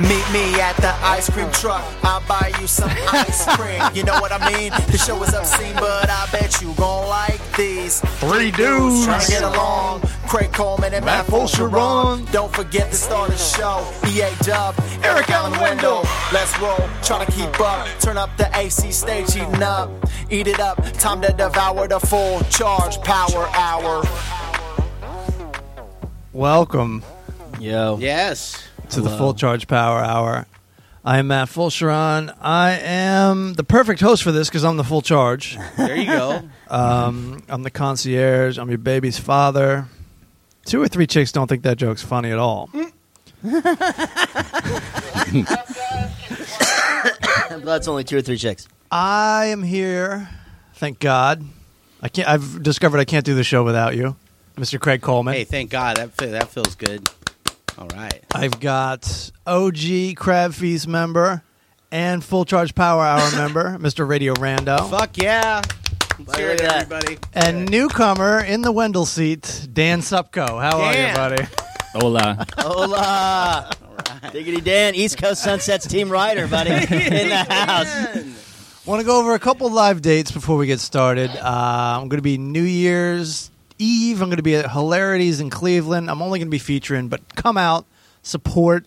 Meet me at the ice cream truck. I'll buy you some ice cream. You know what I mean? The show is obscene, but I bet you gon' like these. Three dudes. Trying to get along. Craig Coleman and Matt Matt Fulcheron. Fulcheron. Don't forget to start the show. EA Dub, Eric Allen Wendell. Let's roll. Tryna keep up. Turn up the AC stage, eating up. Eat it up. Time to devour the full charge power hour. Welcome Yo. Yes. to the Full Charge Power Hour. I am Matt Fulcheron. I am the perfect host for this because I'm the full charge. There you go. Um, I'm the concierge. I'm your baby's father. Two or three chicks don't think that joke's funny at all. That's only two or three chicks. I am here. Thank God. I can't. I've discovered I can't do the show without you, Mr. Craig Coleman. hey, thank God. That fe- that feels good. All right. I've got OG Crab Feast member and Full Charge Power Hour member, Mr. Radio Rando, Fuck yeah. Look Let's hear it, at that. everybody. and newcomer in the Wendell seat, Dan Supko. How Dan. are you, buddy? Hola. Hola. Diggity Dan, East Coast Sunsets team rider, buddy, in the house. Want to go over a couple live dates before we get started. Uh, I'm going to be New Year's Eve. I'm going to be at Hilarities in Cleveland. I'm only going to be featuring, but come out, support.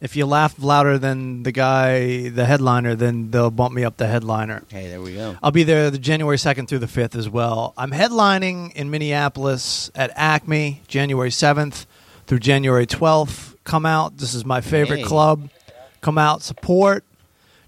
If you laugh louder than the guy, the headliner, then they'll bump me up the headliner. Hey, there we go. I'll be there the January 2nd through the 5th as well. I'm headlining in Minneapolis at Acme January 7th through January 12th. Come out. This is my favorite Hey. club. Come out, support.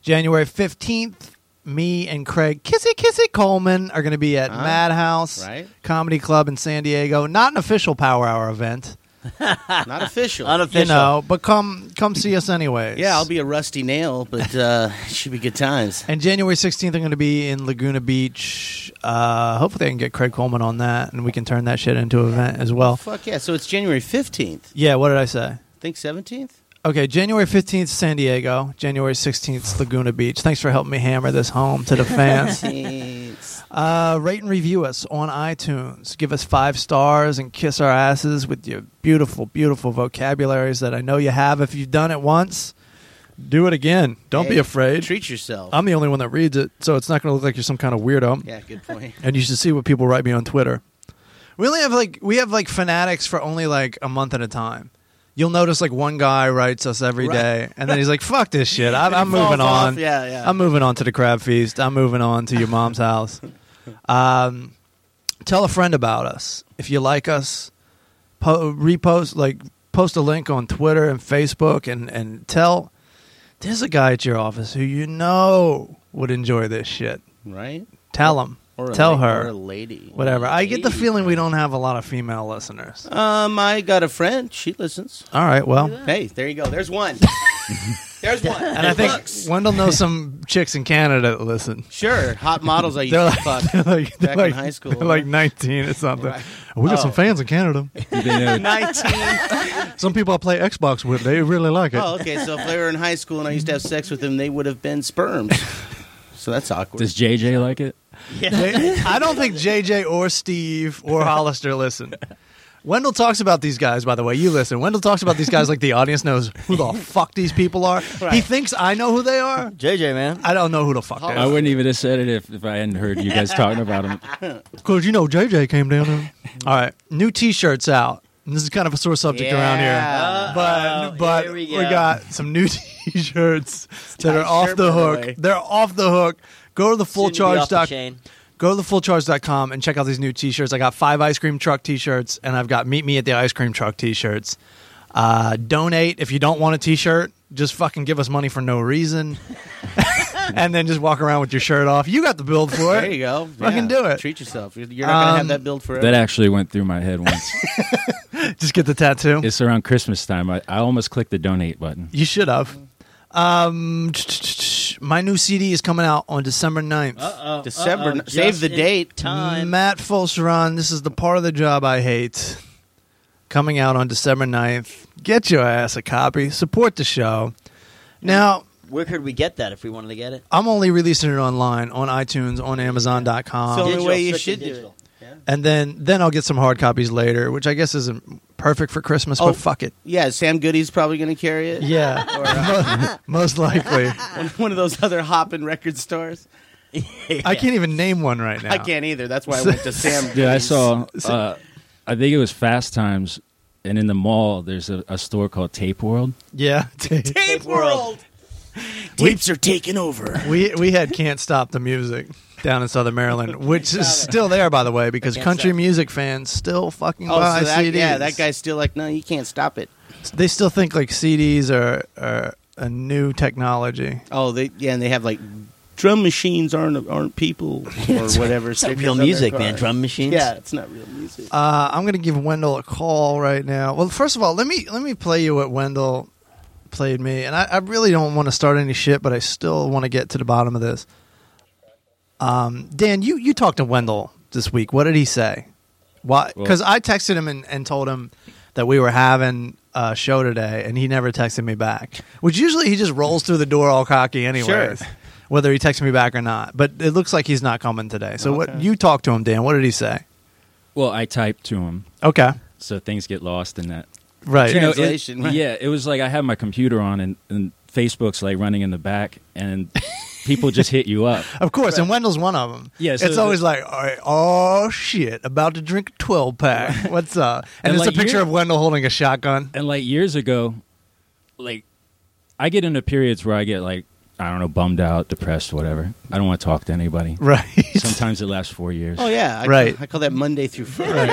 January 15th, me and Craig Kissy Kissy Coleman are going to be at Madhouse Right. Comedy Club in San Diego. Not an official Power Hour event, Not official. Unofficial. you know, but come come see us anyways. yeah, I'll be a rusty nail, but uh should be good times. And January 16th, I'm going to be in Laguna Beach. Uh, hopefully, I can get Craig Coleman on that and we can turn that shit into an event as well. Fuck yeah. So it's January 15th. Yeah, what did I say? think 17th? Okay, January 15th, San Diego. January 16th, Laguna Beach. Thanks for helping me hammer this home to the fans. It's- uh, rate and review us on iTunes. Give us five stars and kiss our asses with your beautiful, beautiful vocabularies that I know you have. If you've done it once, do it again. Don't be Hey, afraid. Treat yourself. I'm the only one that reads it, so it's not going to look like you're some kind of weirdo. yeah, good point. and you should see what people write me on Twitter. We only have like we have like fanatics for only like a month at a time. You'll notice like one guy writes us every Right. day, and then he's like, "Fuck this shit, I'm, I'm falls moving off. on. Yeah, yeah. I'm moving on to the crab feast. I'm moving on to your mom's house." Um, tell a friend about us if you like us. Po- repost like post a link on Twitter and Facebook, and and tell there's a guy at your office who you know would enjoy this shit. Right? Tell him. Or a Tell la- her Or a lady. whatever. I get the Lady. feeling we don't have a lot of female listeners. Um, I got a friend. She listens. All right, Oh. well, Hey, there you go. There's one. There's one. and I think Looks. Wendell knows some chicks in Canada that listen. Sure, hot models I used They're to like, they're fuck. like, they're Back in like- high school, Oh. they're like 19 or something. We got some fans in Canada. You've been a, Some people I play Xbox with, they really like it. Oh, okay. So if they were in high school and I used to have sex with them, they would have been sperms. So that's awkward. does JJ like it? They- I don't think JJ or Steve or Hollister listen. Wendell talks about these guys, by the way. You listen. Wendell talks about these guys like the audience knows who the fuck these people are. He thinks I know who they are. JJ, man. I don't know who the fuck they I are. wouldn't even have said it if, if I hadn't heard you guys talking about him. Because you know JJ came down here. All right, new T-shirts out. And this is kind of a sore subject around Yeah. here, but Uh-oh, but here we, we go. got some new T-shirts that are off shirt, the by the hook. way. They're off the hook. Go to the full Soon to be charge off the doc. chain. Go to the fullcharge.com and check out these new T-shirts. I got five ice cream truck T-shirts, and I've got meet me at the ice cream truck T-shirts. Uh, donate if you don't want a T-shirt. Just fucking give us money for no reason, and then just walk around with your shirt off. You got the build for it. there you go. Fucking do it. Treat yourself. You're, you're not gonna Um, have that build forever. That actually went through my head once. Just get the tattoo. it's around Christmas time. I, I almost clicked the donate button. You should have. Um, my new CD is coming out on December 9th. Oh, December. Uh-oh, save just the in date. Time. Matt Fulcheron, this is the part of the job I hate. Coming out on December 9th. Get your ass a copy. Support the show. Now, Where could we get that if we wanted to get it? I'm only releasing it online on iTunes, on Amazon.com. So- Only way you strictly should do it. digital. and then then I'll get some hard copies later, which I guess isn't perfect for Christmas, Oh. but fuck it. Yeah, Sam Goody's probably going to carry it. Yeah, Or uh, most likely. one of those other hopping record stores. I can't even name one right now. I can't either. That's why I went to Sam. Dude, I Goody's. saw. Uh, I think it was Fast Times, and in the mall there's a, a store called Tape World. Yeah, dude. Tape World. Tapes are taking over. we we had can't stop the music down in Southern Maryland, which is still there by the way, because Can't country Stop. music fans still fucking Oh, buy so that, CDs. yeah, that guy's still like, no, you can't stop it. They still think like CDs are are a new technology. Oh, they yeah, and they have like drum machines aren't aren't people or whatever. It's not stickers real on their music, car. man. Drum machines. Yeah, it's not real music. Uh, I'm gonna give Wendell a call right now. Well, first of all, let me let me play you what Wendell played me, and I, I really don't want to start any shit, but I still want to get to the bottom of this. Um, Dan, you you talked to Wendell this week. What did he say? Why? Well- Because I texted him and, and told him that we were having a show today, and he never texted me back. Which usually he just rolls through the door all cocky, anyways. Sure. Whether he texts me back or not, but it looks like he's not coming today. So what? You talked to him, Dan. What did he say? Well, I typed to him, Okay, so things get lost in that. right. You know, it- Translation, right. Yeah, it was like I had my computer on, and, and Facebook's like running in the back, and people just hit you up. Of course, and Wendell's one of them. Yeah, so it's always the- like, all right, oh shit, about to drink a twelve pack. What's up? And, And it's like a picture you're- of Wendell holding a shotgun. And like years ago, like I get into periods where I get like I don't know, bummed out, depressed, whatever. I don't want to talk to anybody. Right. Sometimes it lasts four years. oh yeah, I, Right. I call that Monday through Friday.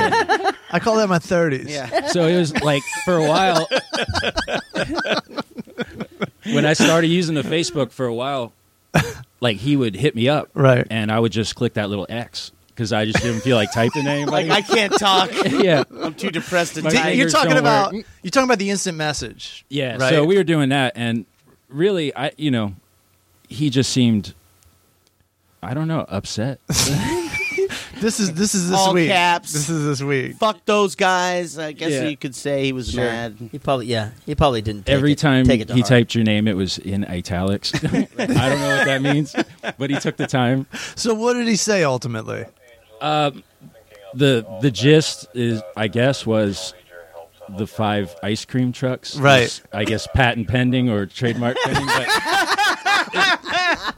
I call that my thirties. Yeah, So it was like for a while when I started using the Facebook for a while, like he would hit me up, Right. and I would just click that little X because I just didn't feel like typing to anybody. like I can't talk. yeah, I'm too depressed to My- type. you're Tigers talking don't about work. you're talking about the instant message. yeah. Right. So we were doing that, and really, I you know, he just seemed, I don't know, upset. This is this is this All week. caps. This is this week. Fuck those guys. I guess Yeah. you could say he was mad. He probably yeah. He probably didn't. Take Every it, time take it to he heart. typed your name, it was in italics. I don't know what that means, but he took the time. So what did he say ultimately? the the gist is I guess was the five ice cream trucks. Right. It's, I guess patent pending or trademark pending, but it,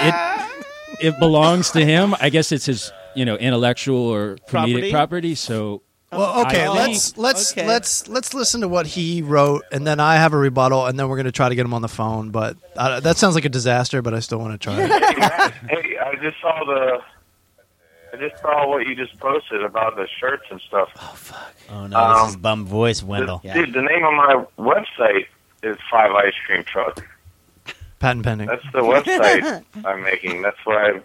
it it belongs to him. I guess it's his you know intellectual or Property? comedic property. so Well, okay, Oh, I let's think- let's okay. let's let's listen to what he wrote, and then I have a rebuttal, and then we're gonna try to get him on the phone. But uh, that sounds like a disaster. But I still want to try. it. Hey, I just saw the. I just saw what you just posted about the shirts and stuff. Oh no, this is bum voice, Wendell. The- Um, Dude, the name of my website is Five Ice Cream Truck. Patent pending. That's the website I'm making. That's why. I,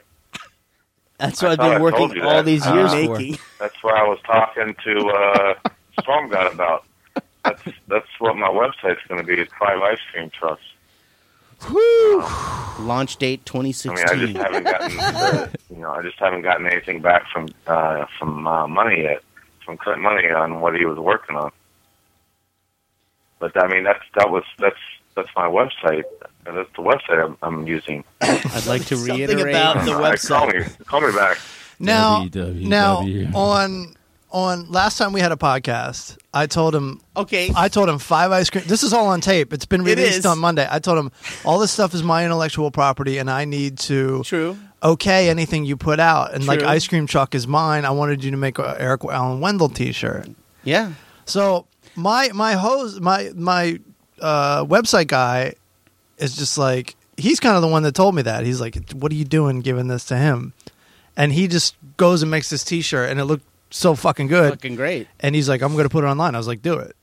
That's what I've I been told working you all that. these Uh, years for. Making. that's why I was talking to uh, Storm God about. That's that's what my website's going to be. It's Five Ice Cream Trucks. Launch date I mean, I just 2016. haven't gotten. Uh, you know, I just haven't gotten anything back from uh, from uh, money yet, from Clint Money on what he was working on. But I mean, that's that was that's that's my website. And That's the website I'm, I'm using. I'd like to Something reiterate. about- The Uh, Call website. me, call me back. Now, WWW. now on on last time we had a podcast, I told him okay, I told him five ice cream. This is all on tape. It's been It released is. on Monday. I told him all this stuff is my intellectual property, and I need to true. okay anything you put out. And like True. ice cream truck is mine. I wanted you to make a Eric Allen Wendell T-shirt. Yeah, So my my host my my uh, website guy is just like he's kind of the one that told me that he's like, "What are you doing giving this to him?" And he just goes and makes this T-shirt, and it looked so fucking good. fucking great. and he's like, "I'm going to put it online." I was like, "Do it,"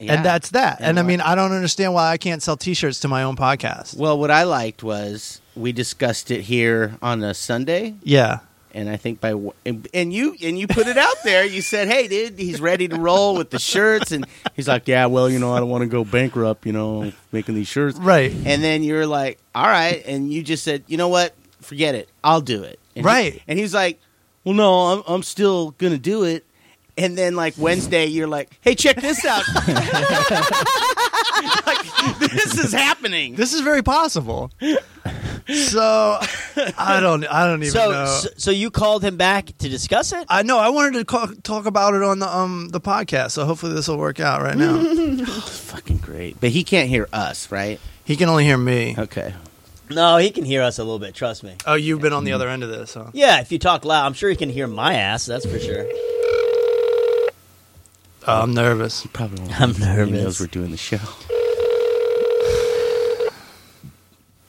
Yeah. and that's that. And, And I what- mean, I don't understand why I can't sell T-shirts to my own podcast. Well, what I liked was we discussed it here on a Sunday, Yeah, and I think by w- and and you and you put it out there. You said, "Hey, dude, he's ready to roll with the shirts," and he's like, "Yeah, well, you know, I don't want to go bankrupt, you know, making these shirts." right. And then you're like, "All right," and you just said, "You know what? Forget it. I'll do it." And he- Right. and he's like, "Well, no, I'm I'm still gonna do it." And then like Wednesday, you're like, "Hey, check this out." like, this is happening. This is very possible. So I don't. I don't even So, know. so, so you called him back to discuss it? I know. I wanted to call, talk about it on the um the podcast. So hopefully this will work out right now. Fucking great. But he can't hear us, right? he can only hear me. Okay. No, he can hear us a little bit. Trust me. Oh, you've been on the other end of this, huh? Yeah, if you talk loud, I'm sure he can hear my ass. That's for sure. Oh, I'm nervous. Probably won't. I'm He nervous. knows we're doing the show.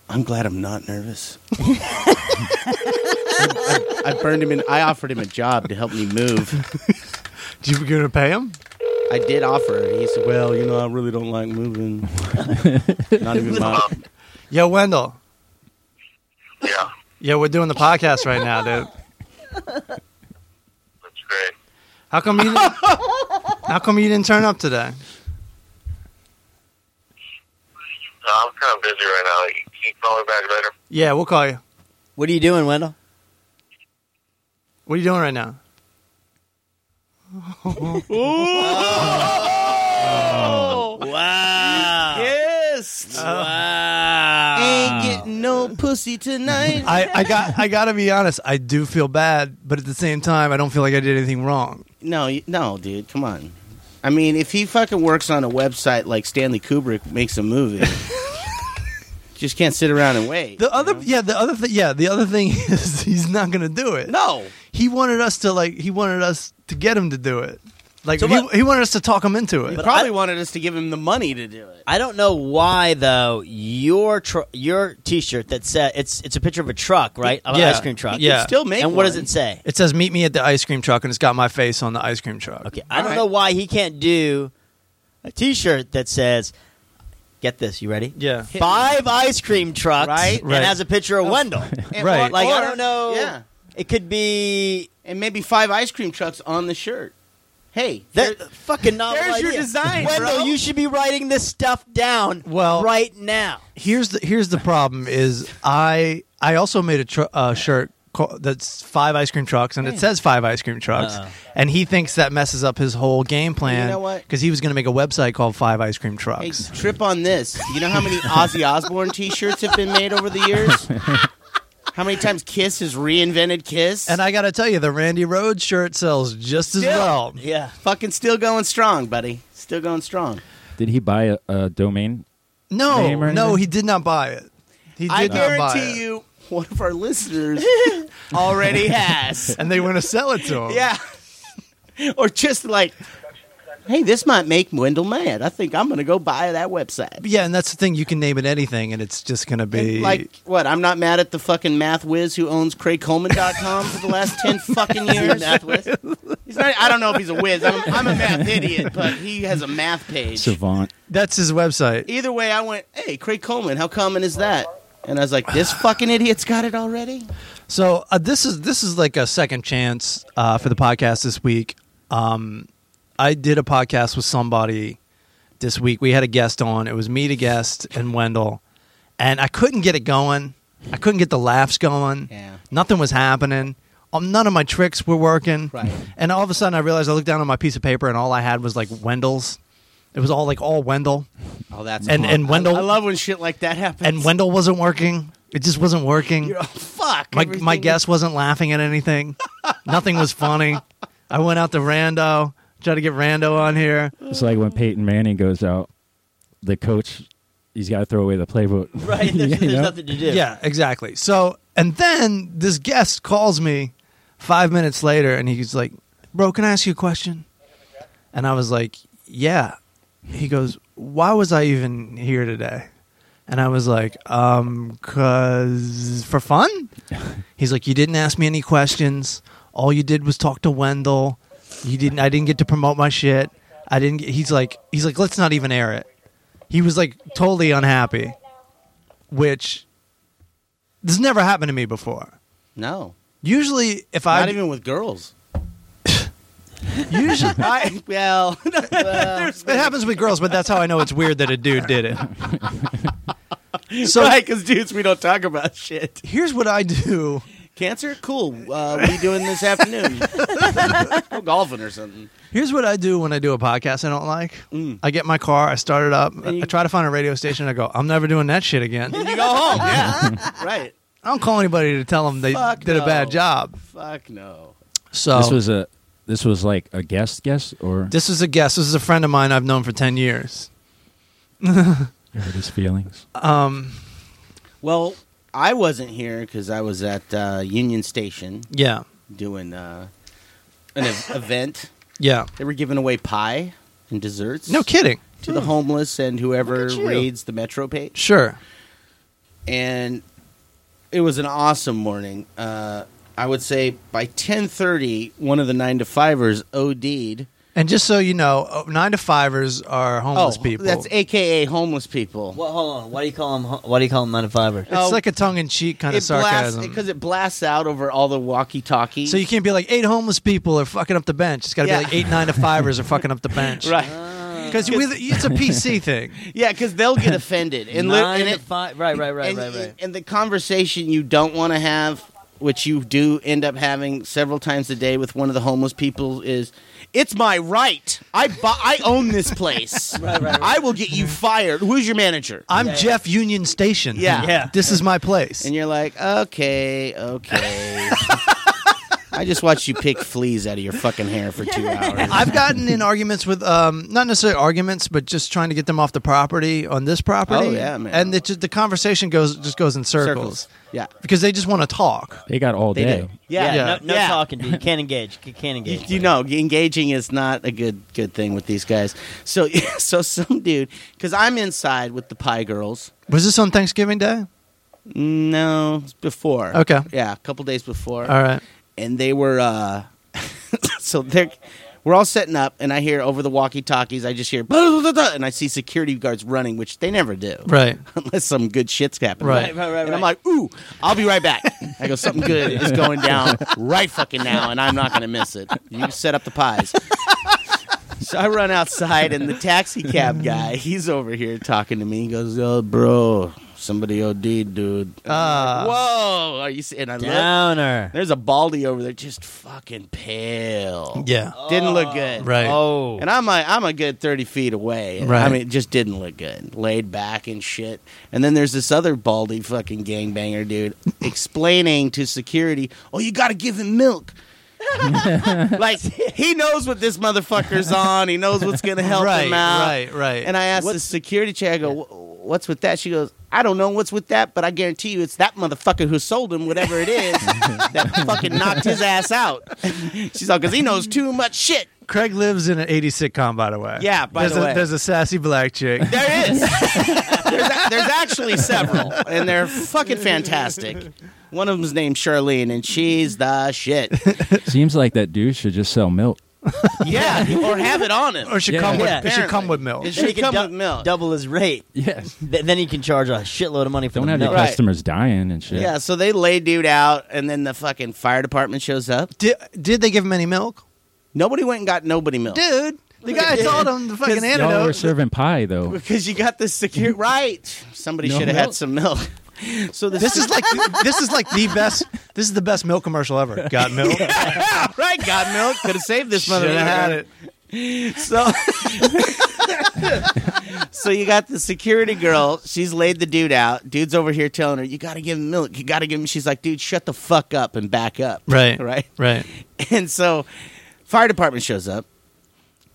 I'm glad I'm not nervous. I, I- I burned him in. I offered him a job to help me move. Do you gonna pay him? I did offer. and He said, "Well, you know, I really don't like moving. not even my. Yo, Wendell. Yeah, Yeah, we're doing the podcast right now, dude. that's great. How come you? Didn't, how come you didn't turn up today? No, I'm kind of busy right now. Like, can you call me back later? Yeah, we'll call you. What are you doing, Wendell? What are you doing right now? Wow. Yes. Uh, Ain't getting no pussy tonight. I, I got I gotta be honest. I do feel bad, but at the same time, I don't feel like I did anything wrong. No, you- no, dude, come on. I mean, if he fucking works on a website like Stanley Kubrick makes a movie, just can't sit around and wait. The other yeah, the other th- yeah, the other thing is he's not gonna do it. no, he wanted us to like he wanted us to get him to do it. Like So he, what- he wanted us to talk him into it. he But probably I- wanted us to give him the money to do it. I don't know why though. Your tr- your T-shirt that said it's it's a picture of a truck, right? Of an Yeah. ice cream truck. Yeah. Still make. And what does one. it say? It says meet me at the ice cream truck and it's got my face on the ice cream truck. Okay, I don't All know right. why he can't do a T-shirt that says, "Get this, you ready? Yeah. Five ice cream trucks, Right. And Right. has a picture of Wendell. And- Right. like I or- don't know. Yeah, It could be and maybe five ice cream trucks on the shirt. Hey, that there- fucking novel there's your idea. design, Wendell, bro. you should be writing this stuff down Well- right now. Here's the here's the problem is I I also made a tr- uh, shirt ca- that's five ice cream trucks and it says five ice cream trucks Uh-oh. and he thinks that messes up his whole game plan Uh-uh. know what? he was going to make a website called five ice cream hey, trucks. trip on this. You know how many Ozzy Osbourne T-shirts have been made over the years? How many times Kiss has reinvented Kiss? And I got to tell you the Randy Rhodes shirt sells just as Still. well. Yeah. fucking still going strong, buddy. Still going strong. Did he buy a, a domain? Name No, or no, anything? he did not buy it. He did I not buy guarantee it. you, one of our listeners already has. and they want to sell it to him. yeah. or just like, hey, this might make Wendell mad. I think I'm going to go buy that website. Yeah, and that's the thing. You can name it anything, and it's just going to be And like, what? I'm not mad at the fucking math whiz who owns CraigColeman.com for the last 10 fucking years. Math whiz. He's not, I don't know if he's a whiz. I'm, I'm a math idiot, but he has a math page. Savant. that's his website. Either way, I went, hey, Craig Coleman, how common is that? And I was like, this fucking idiot's got it already? So uh, this is this is like a second chance uh, for the podcast this week. Um, I did a podcast with somebody this week. We had a guest on. It was me, the guest, and Wendell, and I couldn't get it going. I couldn't get the laughs going. Yeah. Nothing was happening. Um, none of my tricks were working. Right. And all of a sudden, I realized I looked down on my piece of paper, and all I had was like Wendell's. It was all like all Wendell. Oh, that's And- awful. and Wendell- I, I love when shit like that happens. and Wendell wasn't working. It just wasn't working. You're all, fuck. My everything my is- guest wasn't laughing at anything. Nothing was funny. I went out to Rando, tried to get Rando on here. It's like when Peyton Manning goes out, the coach, he's got to throw away the playbook. Right. There's, You there's know? nothing to do. Yeah, exactly. So, and then this guest calls me 5 minutes later and he's like, "Bro, can I ask you a question?" And I was like, "Yeah." He goes, "Why was I even here today?" And I was like, "Um, cuz for fun?" He's like, "You didn't ask me any questions. All you did was talk to Wendell. You didn't I didn't get to promote my shit. I didn't get, he's like he's like, "Let's not even air it." He was like totally unhappy, which this has never happened to me before. No, Usually, if not I even with girls. usually I, well, it happens with girls, but that's how I know it's weird that a dude did it. So right, because dudes, we don't talk about shit. here's what I do Cancer? Cool. Uh, what are you doing this afternoon? Go golfing or something. Here's what I do when I do a podcast I don't like. Mm. I get in my car, I start it up, I try to find a radio station, I go, I'm never doing that shit again. You go home. Yeah. right. I don't call anybody to tell them they Fuck did a bad no. job. Fuck no. So This was a this was like a guest guest or this is a guest. This is a friend of mine I've known for 10 years. hurt his feelings. Um, Well, I wasn't here because I was at uh, Union Station yeah. doing uh, an ev- event. Yeah. They were giving away pie and desserts. No kidding. to the homeless and whoever Look at you. raids the metro page Sure. and it was an awesome morning uh, i would say by 10.30 one of the nine to fivers od'd And just so you know, oh, nine to fivers are homeless oh people. that's aka homeless people Oh, Well, hold on. Why do you call them? Why do you call them nine to fiver? It's like a tongue in cheek kind of sarcasm. because it blasts out over all the walkie-talkies so you can't be like eight homeless people are fucking up the bench. It's got to Yeah. be like eight nine to fivers are fucking up the bench. right Because it's a PC thing. yeah because they'll get offended and, li- nine and to it- five. Right, right, right, and, right, right. and the conversation you don't want to have, which you do end up having several times a day with one of the homeless people, is it's my right. I bu- I own this place. Right, right, Mm-hmm. right. I will get you fired. Who's your manager? I'm Jeff Union Station. Yeah. Yeah. This is my place. And you're like, okay, okay. I just watched you pick fleas out of your fucking hair for two hours. I've gotten in arguments with, um, not necessarily arguments, but just trying to get them off the property on this property. Oh, yeah, man. And it just, the conversation goes just goes in circles, Yeah. because they just want to talk. They got all They day. do. Yeah, Yeah. no, no Yeah. talking, dude. Can't engage. C- Can't You, engage. you know, engaging is not a good good thing with these guys. So, so some dude, because I'm inside with the pie girls, Was this on Thanksgiving Day? No, it's before. Okay. Yeah, a couple days before. All right. And they were uh so they're we're all setting up and I hear over the walkie-talkies I just hear blah, blah, blah, blah, and I see security guards running, which they never do. Right. Unless some good shit's happening. Right. Right, right, right, And I'm right. like, ooh, I'll be right back. I go, something good is going down right fucking now, and I'm not going to miss it. You set up the pies. So I run outside, and the taxi cab guy, he's over here talking to me. He goes, oh, bro, somebody OD'd, dude. Uh, Whoa, are you seeing? I look. Downer. There's a baldy over there, just fucking pale. yeah. Didn't look good. Right. Oh, And I'm a, I'm a good 30 feet away. Right. I mean, it just didn't look good. Laid back and shit. And then there's this other baldy fucking gangbanger dude explaining to security, oh, you got to give him milk. like, he knows what this motherfucker's on. He knows what's going to help right. him out. Right. Right. And I asked the security chair, I go, "Wh- what's with that? She goes, I don't know what's with that, but I guarantee you it's that motherfucker who sold him whatever it is that fucking knocked his ass out. She's all, because he knows too much shit. Craig lives in an 80 sitcom, by the way. Yeah, by there's the a, way. there's a sassy black chick. There is. there's, a- there's actually several, and they're fucking fantastic. One of them's named Charlene, and she's the shit. Seems like that dude should just sell milk. Yeah, or have it on him. or should Yeah. come with. Yeah. It should come with milk. It Then he should can come dou- with milk. Double his rate. Yes. Th- then he can charge a shitload of money for Don't the have your milk. Right. customers dying and shit. Yeah, so they lay dude out, and then the fucking fire department shows up. Did, did they give him any milk, Nobody went and got nobody milk. dude? The guy told him the fucking Y'all were antidote. serving pie though. Because you got the secure right. Somebody No should have milk. had some milk. So the This is like this is like the best. This is the best milk commercial ever. Got milk. right. Got milk. Could have saved this mother. Should've had it. So, so you got the security girl. She's laid the dude out. Dude's over here telling her, "You got to give him milk. You got to give him." She's like, "Dude, shut the fuck up and back up." Right. Right. Right. And so, fire department shows up,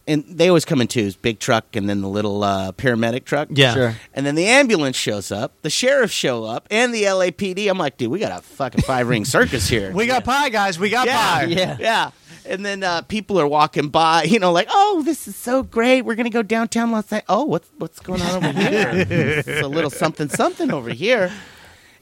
and they always come in twos: big truck and then the little uh, paramedic truck. Yeah. Sure. And then the ambulance shows up. The sheriff show up, and the LAPD. I'm like, dude, we got a fucking five ring circus here. We got pie, guys. We got pie. Yeah. Yeah. And then uh, people are walking by, you know, like, oh, this is so great. We're gonna go downtown Los Angeles. Oh, what's what's going on over here? it's a little something something over here.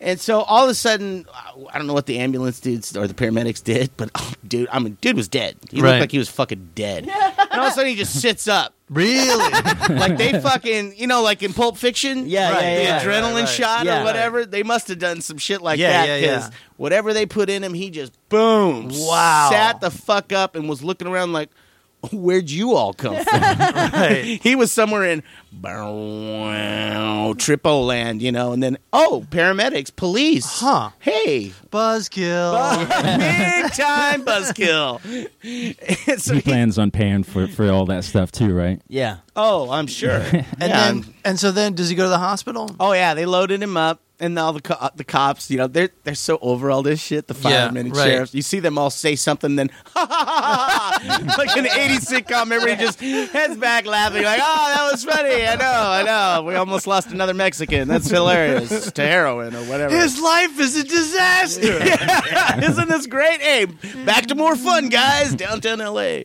And so all of a sudden, I don't know what the ambulance dudes or the paramedics did, but oh, dude, I mean, dude was dead. He Right. looked like he was fucking dead. And all of a sudden, he just sits up, Really? like they fucking, you know, like in Pulp Fiction, Yeah, Right. yeah, the yeah. adrenaline shot Yeah. or whatever. They must have done some shit like Yeah, that yeah, yeah. whatever they put in him, he just boom, Wow. sat the fuck up and was looking around like, where'd you all come from? He was somewhere in Triple Land, you know, and then oh, paramedics, police, Huh. Hey, Buzzkill. big time buzzkill. And so He he- plans on paying for, for all that stuff too, right? Yeah. oh, I'm sure. and And then, and so then, does he go to the hospital? oh yeah, they loaded him up, and all the co- uh, the cops, you know, they're they're so over all this shit. The Yeah, firemen and right. sheriffs, you see them all say something, then like an '80s sitcom, everybody just heads back laughing, like, oh, that was funny. I know, I know. We almost lost another Mexican. That's hilarious. to heroin or whatever. His life is a disaster. yeah, isn't this great? Hey, back to more fun, guys, downtown LA.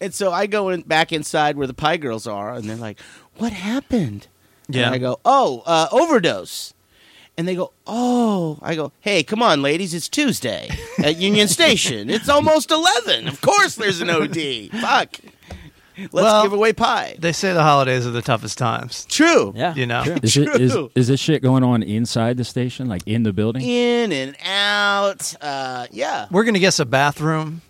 And so I go in back inside where the pie girls are, and they're like, "What happened?" Yeah. And I go, "Oh, uh, overdose." And they go, "Oh." I go, "Hey, come on, ladies, it's Tuesday at Union Station. It's almost eleven. Of course, there's an OD. Fuck. Let's Well- give away pie." They say the holidays are the toughest times. True. Yeah. You know, Is, it, is, True. is this shit going on inside the station, like in the building? In and out. Uh, yeah. we're gonna guess a bathroom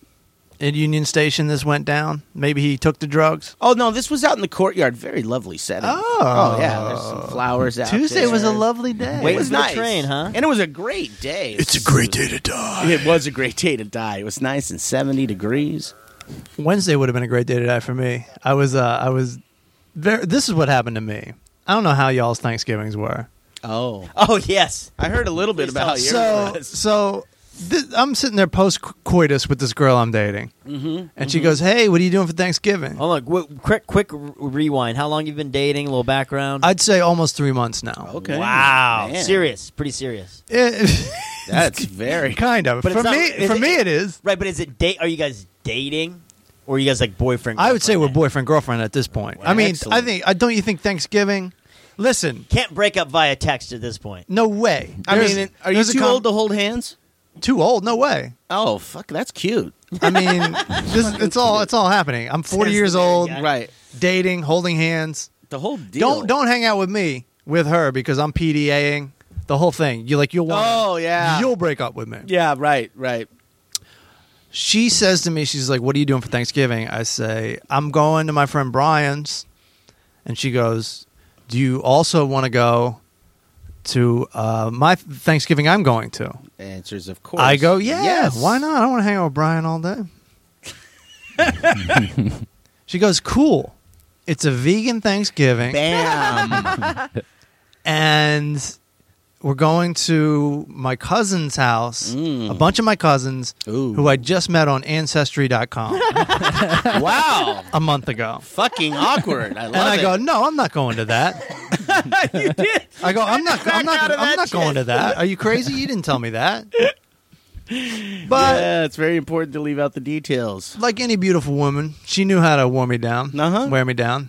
at Union Station. This went down. Maybe he took the drugs. Oh no, this was out in the courtyard. Very lovely setting. Oh. yeah, there's some flowers out. Tuesday there. was a lovely day. Wait, it Waiting was for the nice. train, huh? And it was a great day. day to die. It was a great day to die. It was nice and seventy degrees. Wednesday would have been a great day to die for me. I was, uh, I was. Very, this is what happened to me. I don't know how y'all's Thanksgivings were. Oh, Oh yes. I heard a little bit Please about tell yours. so so th- I'm sitting there post coitus with this girl I'm dating, mm-hmm, and she goes, "Hey, what are you doing for Thanksgiving?" Hold on. Quick, quick, quick r- rewind. How long you been dating? A little background. I'd say almost three months now. okay, Wow. Man, Serious. Pretty serious. It- That's very. kind of. But for it's not- me, is for it- me, it is. Right, but is it date? Are you guys dating, or are you guys like boyfriend? I would say we're girlfriend? boyfriend girlfriend at this point. I mean, I Excellent. think I don't you think Thanksgiving? Listen, Can't break up via text at this point. no way. I There's- mean, are you there's a too com- old to hold hands? Too old? No way. Oh, fuck, that's cute. I mean, this, it's all it's all happening. I'm 40 Says years the old, married Right. dating, holding hands. The whole deal. Don't don't hang out with me with her because I'm PDAing the whole thing. You like you'll want Oh yeah. you'll break up with me. yeah. Right. Right. She says to me, she's like, "What are you doing for Thanksgiving?" I say, "I'm going to my friend Brian's," and she goes, "Do you also want to go to uh, my Thanksgiving? I'm going to." Answers of course. I go, yeah, why not? I don't want to hang out with Brian all day. she goes, cool. It's a vegan Thanksgiving, Bam. and we're going to my cousin's house. A bunch of my cousins Mm. Ooh. who I just met on Ancestry.com wow. a month ago. Fucking awkward. I love And I it. go, no, I'm not going to that. you did. I go, I'm not, I'm not, out of I'm that not going shit. to that. Are you crazy? You didn't tell me that. But yeah, it's very important to leave out the details. like any beautiful woman, she knew how to warm me down, Uh-huh. wear me down.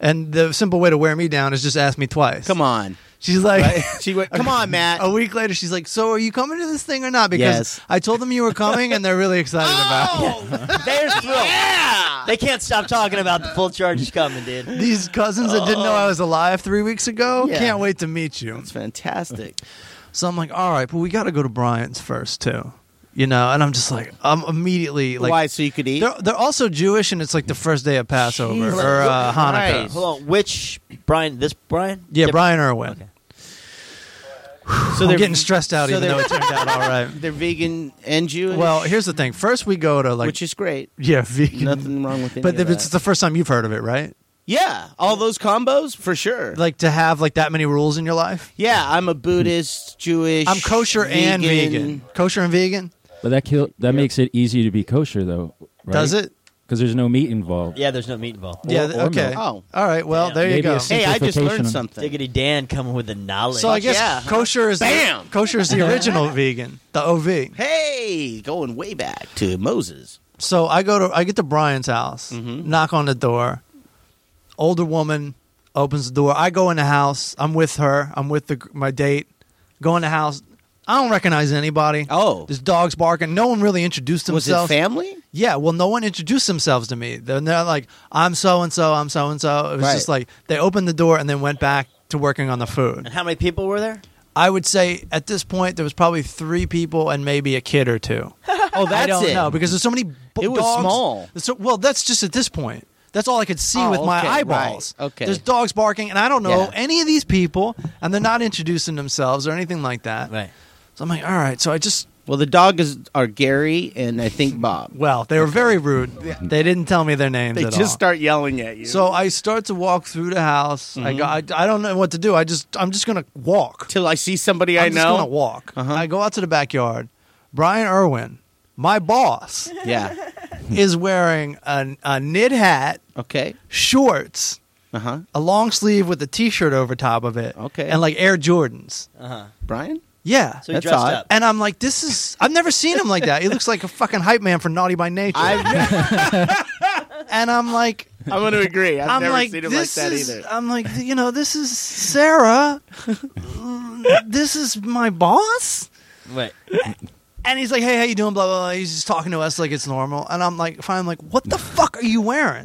And the simple way to wear me down is just ask me twice. Come on. She's like, She went, come on, Matt. a week later, she's like, so are you coming to this thing or not? Because Yes. Oh! I told them you were coming and they're really excited about it. They're thrilled. yeah. They can't stop talking about the full charge is coming, dude. These cousins that didn't know I was alive three weeks ago Yeah. can't wait to meet you. It's fantastic. So I'm like, all right, but we got to go to Bryant's first, too. You know, and I'm just like, I'm immediately like, Why? So you could eat? They're, they're also Jewish and it's like the first day of Passover Jesus or uh, Hanukkah. Christ. Hold on, which Brian? This Brian? Yeah, Dip- Brian Irwin. Okay. so I'm getting stressed out, so even though they're- it turned out all right. They're vegan and Jewish. Well, here's the thing. First, we go to like which is great. yeah, vegan. Nothing wrong with any but of if it's that. the first time you've heard of it, right? yeah, all those combos for sure. Like to have like that many rules in your life. yeah, I'm a Buddhist, Jewish. I'm kosher and vegan. Kosher and vegan. But that kill, that makes it easy to be kosher, though. Right? Does it? Because there's no meat involved. Yeah, there's no meat involved. yeah. or th- okay. milk. Oh. All right. Well, Yeah. there you Maybe go. a si- Hey, I just learned Simplification. something. Diggity Dan coming with the knowledge. So I guess yeah. kosher is Bam! The, kosher is the original vegan, the OV. Hey, going way back to Moses. So I go to I get to Brian's house, Mm-hmm. knock on the door. Older woman opens the door. I go in the house. I'm with her. I'm with the, my date. Go in the house. I don't recognize anybody. Oh. this dog's barking. No one really introduced Was themselves. it family? yeah, well, no one introduced themselves to me. They're, they're like, I'm so and so. I'm so and so. It was Right. just like they opened the door and then went back to working on the food. And how many people were there? I would say at this point there was probably three people and maybe a kid or two. Oh, that's I don't it. know because there's so many. b- It was dogs- small. there's So, well, that's just at this point. That's all I could see Oh, with my okay, right, eyeballs. okay. There's dogs barking, and I don't know Yeah. any of these people, and they're not introducing themselves or anything like that. Right. So I'm like, all right. So I just Well, the dog is are Gary and I think Bob. well, they were very rude. They didn't tell me their names. They at just all. start yelling at you. So I start to walk through the house. I go. Mm-hmm. I, I don't know what to do. I just. I'm just gonna walk. till I see somebody I'm I just gonna know. walk. I go out to the backyard. Brian Irwin, my boss, Yeah. is wearing a, a knit hat, Okay. shorts, Uh huh. a long sleeve with a T-shirt over top of it, Okay. and like Air Jordans. Uh-huh. Brian. Yeah. So he That's dressed odd. up. and I'm like, this is. I've never seen him like that. He looks like a fucking hype man for Naughty by Nature. and I'm like, I'm going to agree. I've I'm never like, seen him like this that is. either. I'm like, you know, this is Sarah. this is my boss. Wait. And he's like, "Hey, how you doing?" Blah blah. blah. He's just talking to us like it's normal. And I'm like, "Fine." I'm like, "What the fuck are you wearing?"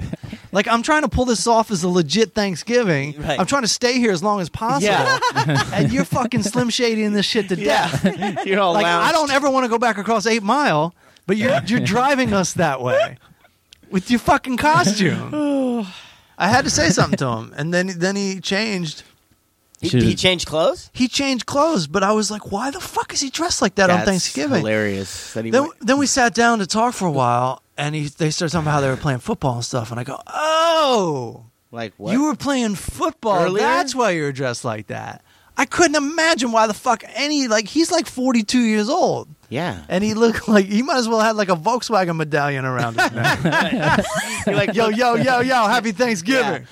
Like, I'm trying to pull this off as a legit Thanksgiving. Right. I'm trying to stay here as long as possible. and you're fucking slim shading this shit to death. Yeah. You're all Like, I lounged. don't ever want to go back across Eight Mile, but you're you're driving us that way with your fucking costume. I had to say something to him, and then then he changed. He, Should've- he changed clothes? He changed clothes, but I was like, "Why the fuck is he dressed like that on That's Thanksgiving?" Hilarious. That he then, went- then we sat down to talk for a while, and he, they started talking about how they were playing football and stuff. And I go, "Oh, like what? you were playing football. Earlier? That's why you were dressed like that." I couldn't imagine why the fuck any like he's like forty two years old, yeah. and he looked like he might as well have like a Volkswagen medallion around his neck. You're like yo, yo, yo, yo! Happy Thanksgiving.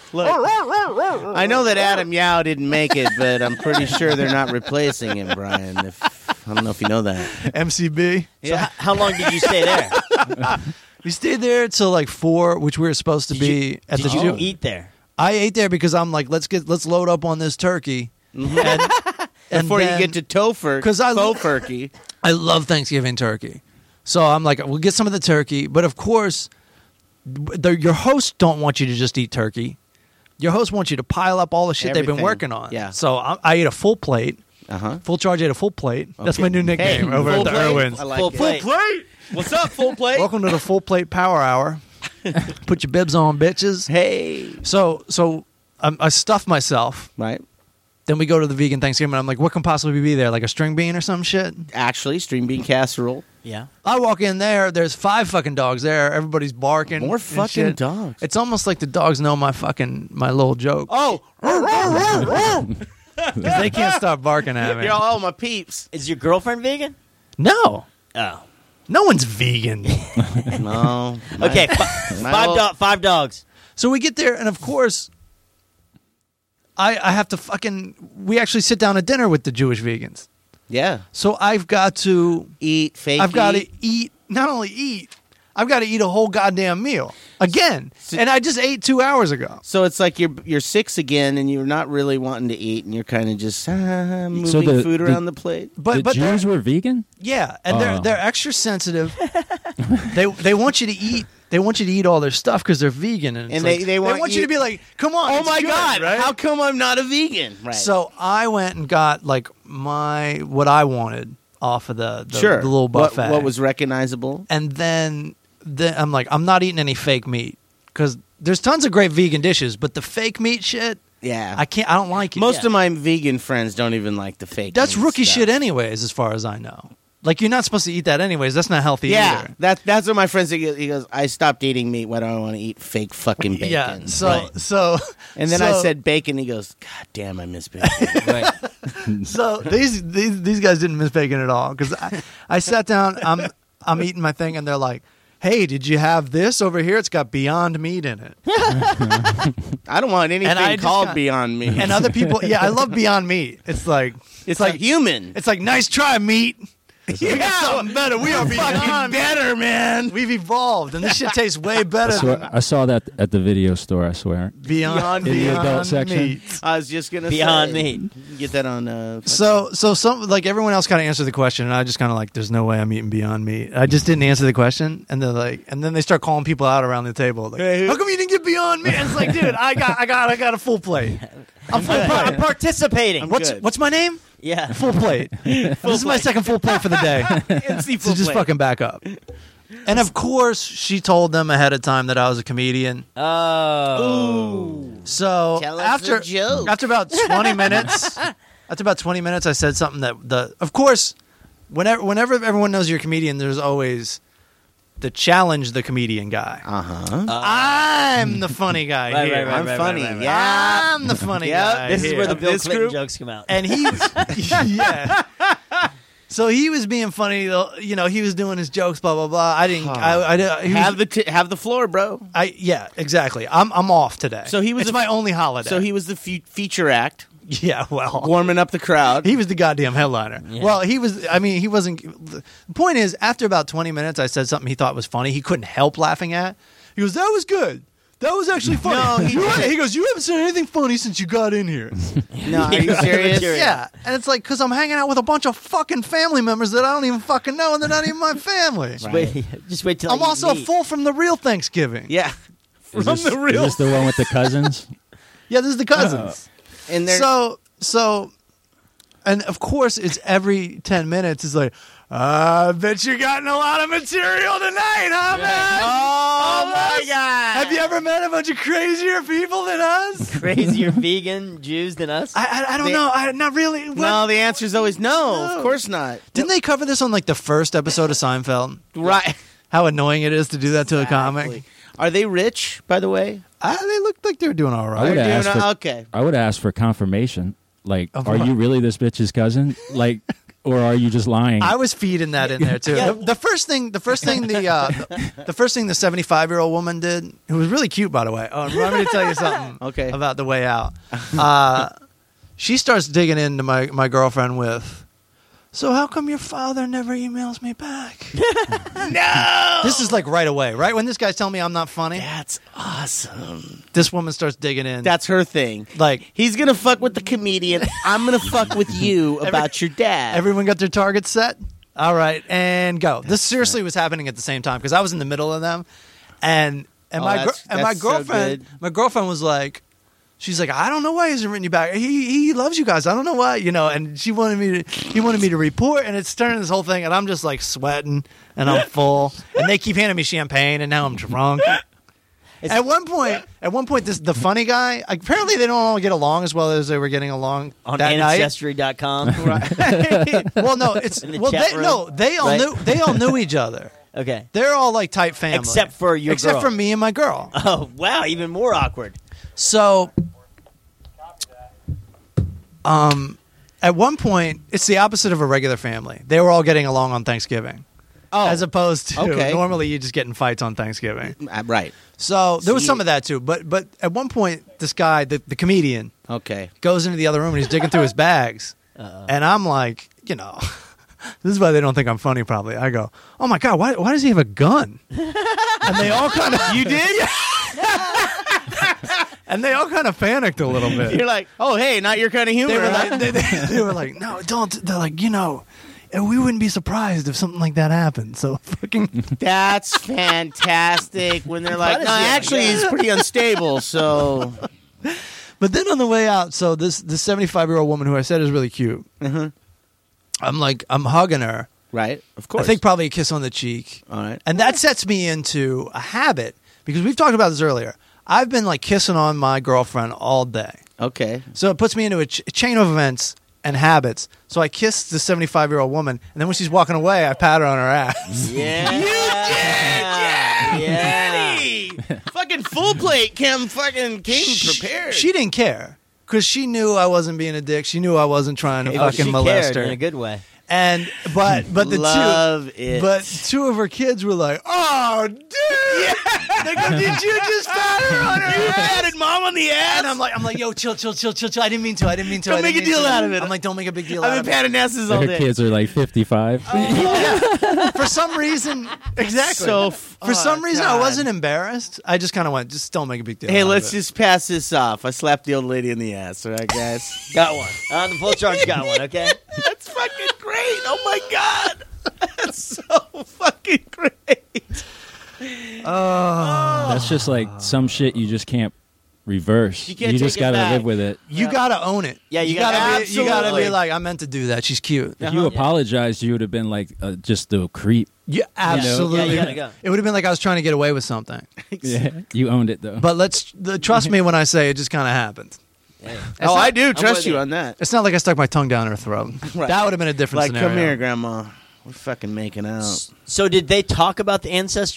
I know that Adam Yao didn't make it, but I'm pretty sure they're not replacing him, Brian. If, I don't know if you know that. MCB. So h- how long did you stay there? We stayed there till like four, which we were supposed to Did be you, at did the you gym. eat there? I ate there because I'm like, let's get let's load up on this turkey. And, and Mm-hmm. Before then- you get to Topher, 'Cause I- Tofurkey, I love Thanksgiving turkey, so I'm like, we'll get some of the turkey. But of course, the, your hosts don't want you to just eat turkey. Your host wants you to pile up all the shit they've been Everything. working on. Yeah. So I, I ate a full plate, uh huh. full charge. Ate a full plate. That's my new Hey, nickname over full at the plate? Irwins. I like Full it. plate. plate. What's up, full plate? Welcome to the full plate power hour. Put your bibs on, bitches. hey, So so I, I stuffed myself. right. Then we go to the vegan Thanksgiving. And I'm like, what can possibly be there? Like a string bean or some shit? Actually, stream bean casserole. Yeah. I walk in there. There's five fucking dogs there. Everybody's barking. More and fucking shit. dogs. It's almost like the dogs know my fucking my little joke. Oh, they can't stop barking at me. you're all my peeps. Is your girlfriend vegan? No, Oh. no one's vegan. No. my- Okay. fi- my five, old- do- five dogs. so we get there, and of course, I I have to fucking. We actually sit down at dinner with the Jewish vegans. Yeah. So I've got to. Eat fake. I've got to eat. eat. Not only eat, I've got to eat a whole goddamn meal again. and I just ate two hours ago. So it's like you're you're six again, and you're not really wanting to eat, and you're kind of just ah, moving the- food the- around the plate. But the but Jews were vegan. Yeah, and they're Oh. they're extra sensitive. they they want you to eat. They want you to eat all their stuff because they're vegan, and, it's And they- like- they want you, to you- be like, "Come on, Oh it's my good," god! right? How come I'm not a vegan? Right. So I went and got like my what I wanted off of the the, sure, the little What- buffet. What, was recognizable? and then then I'm like, I'm not eating any fake meat because there's tons of great vegan dishes, but the fake meat shit, Yeah. I can't. I don't like it. Most Yeah. of my vegan friends don't even like the fake. that's meat rookie stuff. shit, anyways, as far as I know. Like you're not supposed to eat that, anyways. That's not healthy. Yeah, either. that's that's what my friends. He goes- he goes, I stopped eating meat. Why do I want to eat fake fucking bacon? Yeah. So Right. so and then I so- said bacon. He goes, God damn, I miss bacon. Right. So these these these guys didn't miss bacon at all because I, I sat down. I'm I'm eating my thing, and they're like, "Hey, did you have this over here? It's got Beyond Meat in it." I don't want anything And I just called got- Beyond Meat. And other people, yeah, I love Beyond Meat. It's like it's like human. it's like nice try, meat. We got something better. We are fucking better, man. We've evolved, and this shit tastes way better I, swear- than I saw that at the video store. I swear. Beyond, In the adult Beyond section. Meat. I was just gonna Beyond say, Meat. you can Get that on. Uh, So, so some like everyone else kind of answered the question, and I just kind of like, "There's no way I'm eating Beyond Meat." I just didn't answer the question, and they're like, and then they start calling people out around the table, like, Hey, who- "How come you didn't get Beyond Meat?" And it's like, dude, I got, I got, I got a full plate. I'm full I'm plate. participating. What's good. what's my name? Yeah. Full plate. this is my second full plate for the day. NC so just fucking back up. And of course, she told them ahead of time that I was a comedian. Oh. So Tell us after the joke. after about twenty minutes, after about twenty minutes, I said something that the of course, whenever whenever everyone knows you're a comedian, there's always the challenge the comedian guy. Uh huh. I'm the funny guy Right, here. right, right, I'm right, funny. right, right. Yeah. I'm the funny Yep, guy. this is here. where Where the Of Bill this Clinton group? jokes come out. and he's yeah. So he was being funny, you know. He was doing his jokes, blah blah blah. I didn't. I, I he was- Have the t- have the floor, bro. I yeah, exactly. I'm I'm off today. So he was It's a- my only holiday. So he was the fe- feature act, yeah. Well, warming up the crowd. he was the goddamn headliner. Yeah. Well, he was. I mean, he wasn't. The point is, after about 20 minutes, I said something he thought was funny. He couldn't help laughing at. He goes, "That was good." That was actually funny. No, he You're right. didn't. he goes, "You haven't said anything funny since you got in here." no, are you serious? Yeah, and it's like because I'm hanging out with a bunch of fucking family members that I don't even fucking know, and they're not even my family. Wait, just wait till I'm you also meet. a fool from the real Thanksgiving. Yeah. From Is this, the real- is this the one with the cousins? yeah, this is the Uh, cousins. And they're so so, and of course it's every ten minutes. It's like. I bet you gotten a lot of material tonight, huh, man? Oh, my God. Have you ever met a bunch of crazier people than us? crazier vegan Jews than us. I, I, I don't They- know. I, not really. What? no, the answer's always no. No. Of course not. Didn't they cover this on like the first episode of Seinfeld? Right. How annoying it is to do that to a comic. Are they rich, by the way? Uh, they looked like they were doing all right. would've They're asked doing- for- okay. I would ask for confirmation. Like, Of are what? you really this bitch's cousin? Like, or are you just lying? I was feeding that in there too. Yeah. The, the first thing, the first thing, the uh, the, the first thing the seventy-five-year-old woman did, who was really cute, by the way. Oh, and remind me to tell you something. Okay. About the way out. Uh, she starts digging into my my girlfriend with. So how come your father never emails me back? no. This is like right away, right when this guy's telling me I'm not funny. That's awesome. This woman starts digging in. That's her thing. like He's gonna fuck with the comedian. I'm gonna fuck with you about your dad. Everyone got their targets set? All right, and go. This seriously was happening at the same time because I was in the middle of them, and and Oh, my that's- gir- and my that's so girlfriend, good. my girlfriend was like, she's like, I don't know why he hasn't written you back. He he loves you guys. I don't know why, you know. And she wanted me to, he wanted me to report, and it's turning this whole thing, and I'm just like sweating, and I'm full, and they keep handing me champagne, and now I'm drunk. at one point, at one point, this the funny guy. Apparently, they don't all get along as well as they were getting along on that night. ancestry.com. well, no, it's In the well, chat they, room, no, they all right? knew they all knew each other. Okay. They're all like tight family, Except for your except girl. for me and my girl. Oh wow, even more awkward. So, um, at one point, it's the opposite of a regular family. They were all getting along on Thanksgiving, oh, as opposed to okay. normally you just get in fights on Thanksgiving. Uh, right. So there was See- some of that too. But but at one point, this guy, the, the comedian, Okay. goes into the other room and he's digging through his bags. Uh-uh. And I'm like, you know, this is why they don't think I'm funny, probably. I go, oh my God, why, why does he have a gun? and they all kind of. You did? and they all kind of panicked a little bit. You're like, oh hey, not your kind of humor. They were huh? like, they, they- they were like, no, don't. They're like, you know, and we wouldn't be surprised if something like that happened. So fucking. That's fantastic. When they're like, That is- no, yeah, actually, yeah. he's pretty unstable. So But then on the way out, so this this 75 year old woman who I said is really cute. Mm-hmm. I'm like, I'm hugging her. right, of I course. think probably a kiss on the cheek. All right. And that sets me into a habit because we've talked about this earlier. I've been like kissing on my girlfriend all day. Okay. So it puts me into a ch- chain of events and habits. So I kiss the 75 year old woman, and then when she's walking away, I pat her on her ass. Yeah. you did. Yeah. fucking full plate, Kim. Fucking came She- prepared. She didn't care because she knew I wasn't being a dick. She knew I wasn't trying to Oh, fucking she molest cared in a her. good way. And but but the two love it. But two of her kids were like, "Oh, dude! They go, Did you just pat her on her you patted mom on the ass?" And I'm like, "I'm like, yo, chill, chill, chill, chill, chill. I didn't mean to. I didn't mean to. Don't I didn't make a mean deal to. out of it. I'm like, don't make a big deal I've out been of it. patting asses all Oh. Their day. kids are like 55. For some reason, exactly. So f- for some oh, reason, I God. wasn't embarrassed. I just kind of went, just don't make a big deal. Hey, out of let's it. just pass this off. I slapped the old lady in the ass. All right, guys. Got one. Uh, the full charge got one. Okay. That's fucking great. Oh my god. That's so fucking great. Oh, Oh. That's just like some shit you just can't reverse. You can't take just it gotta back. live with it. You gotta own it. Yeah, you gotta, gotta- be, you gotta be absolutely. like, I meant to do that. She's cute. If Uh-huh. you apologized, you would have been like uh, just the creep. Yeah, absolutely. Yeah, you gotta go. It would have been like I was trying to get away with something. Yeah, you owned it though. But let's the, trust me when I say it just kind of happened. Oh, not- I do trust with you you. on that. It's not like I stuck my tongue down her throat. Right. That would have been a different Like, scenario. come here, Grandma. We're fucking making out. So did they talk about the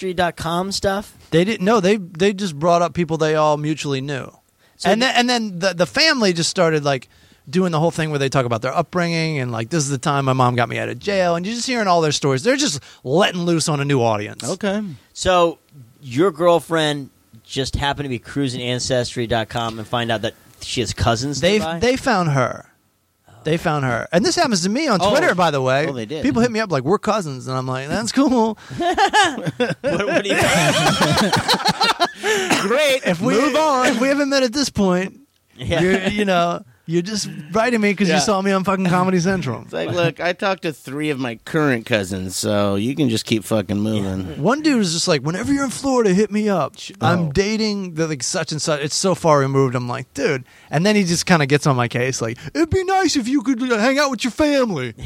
ancestry.com stuff? They didn't. No, they they just brought up people they all mutually knew, So and the- then and then the the family just started like doing the whole thing where they talk about their upbringing and like this is the time my mom got me out of jail, and you're just hearing all their stories. They're just letting loose on a new audience. Okay. So your girlfriend just happened to be cruising ancestry.com and find out that she has cousins. They nearby? they found her. They found her, and this happens to me on Oh. Twitter, by the way. Oh, they did. People hit me up like we're cousins, and I'm like, that's cool. what, what do you think? Great. If we move on, if we haven't met at this point, Yeah. you're, you know, you're just writing me because Yeah. you saw me on fucking Comedy Central. It's like, look, I talked to three of my current cousins, so you can just keep fucking moving. One dude was just like, whenever you're in Florida, hit me up. I'm dating the like such and such. It's so far removed. I'm like, dude. And then he just kind of gets on my case, like, it'd be nice if you could uh, hang out with your family.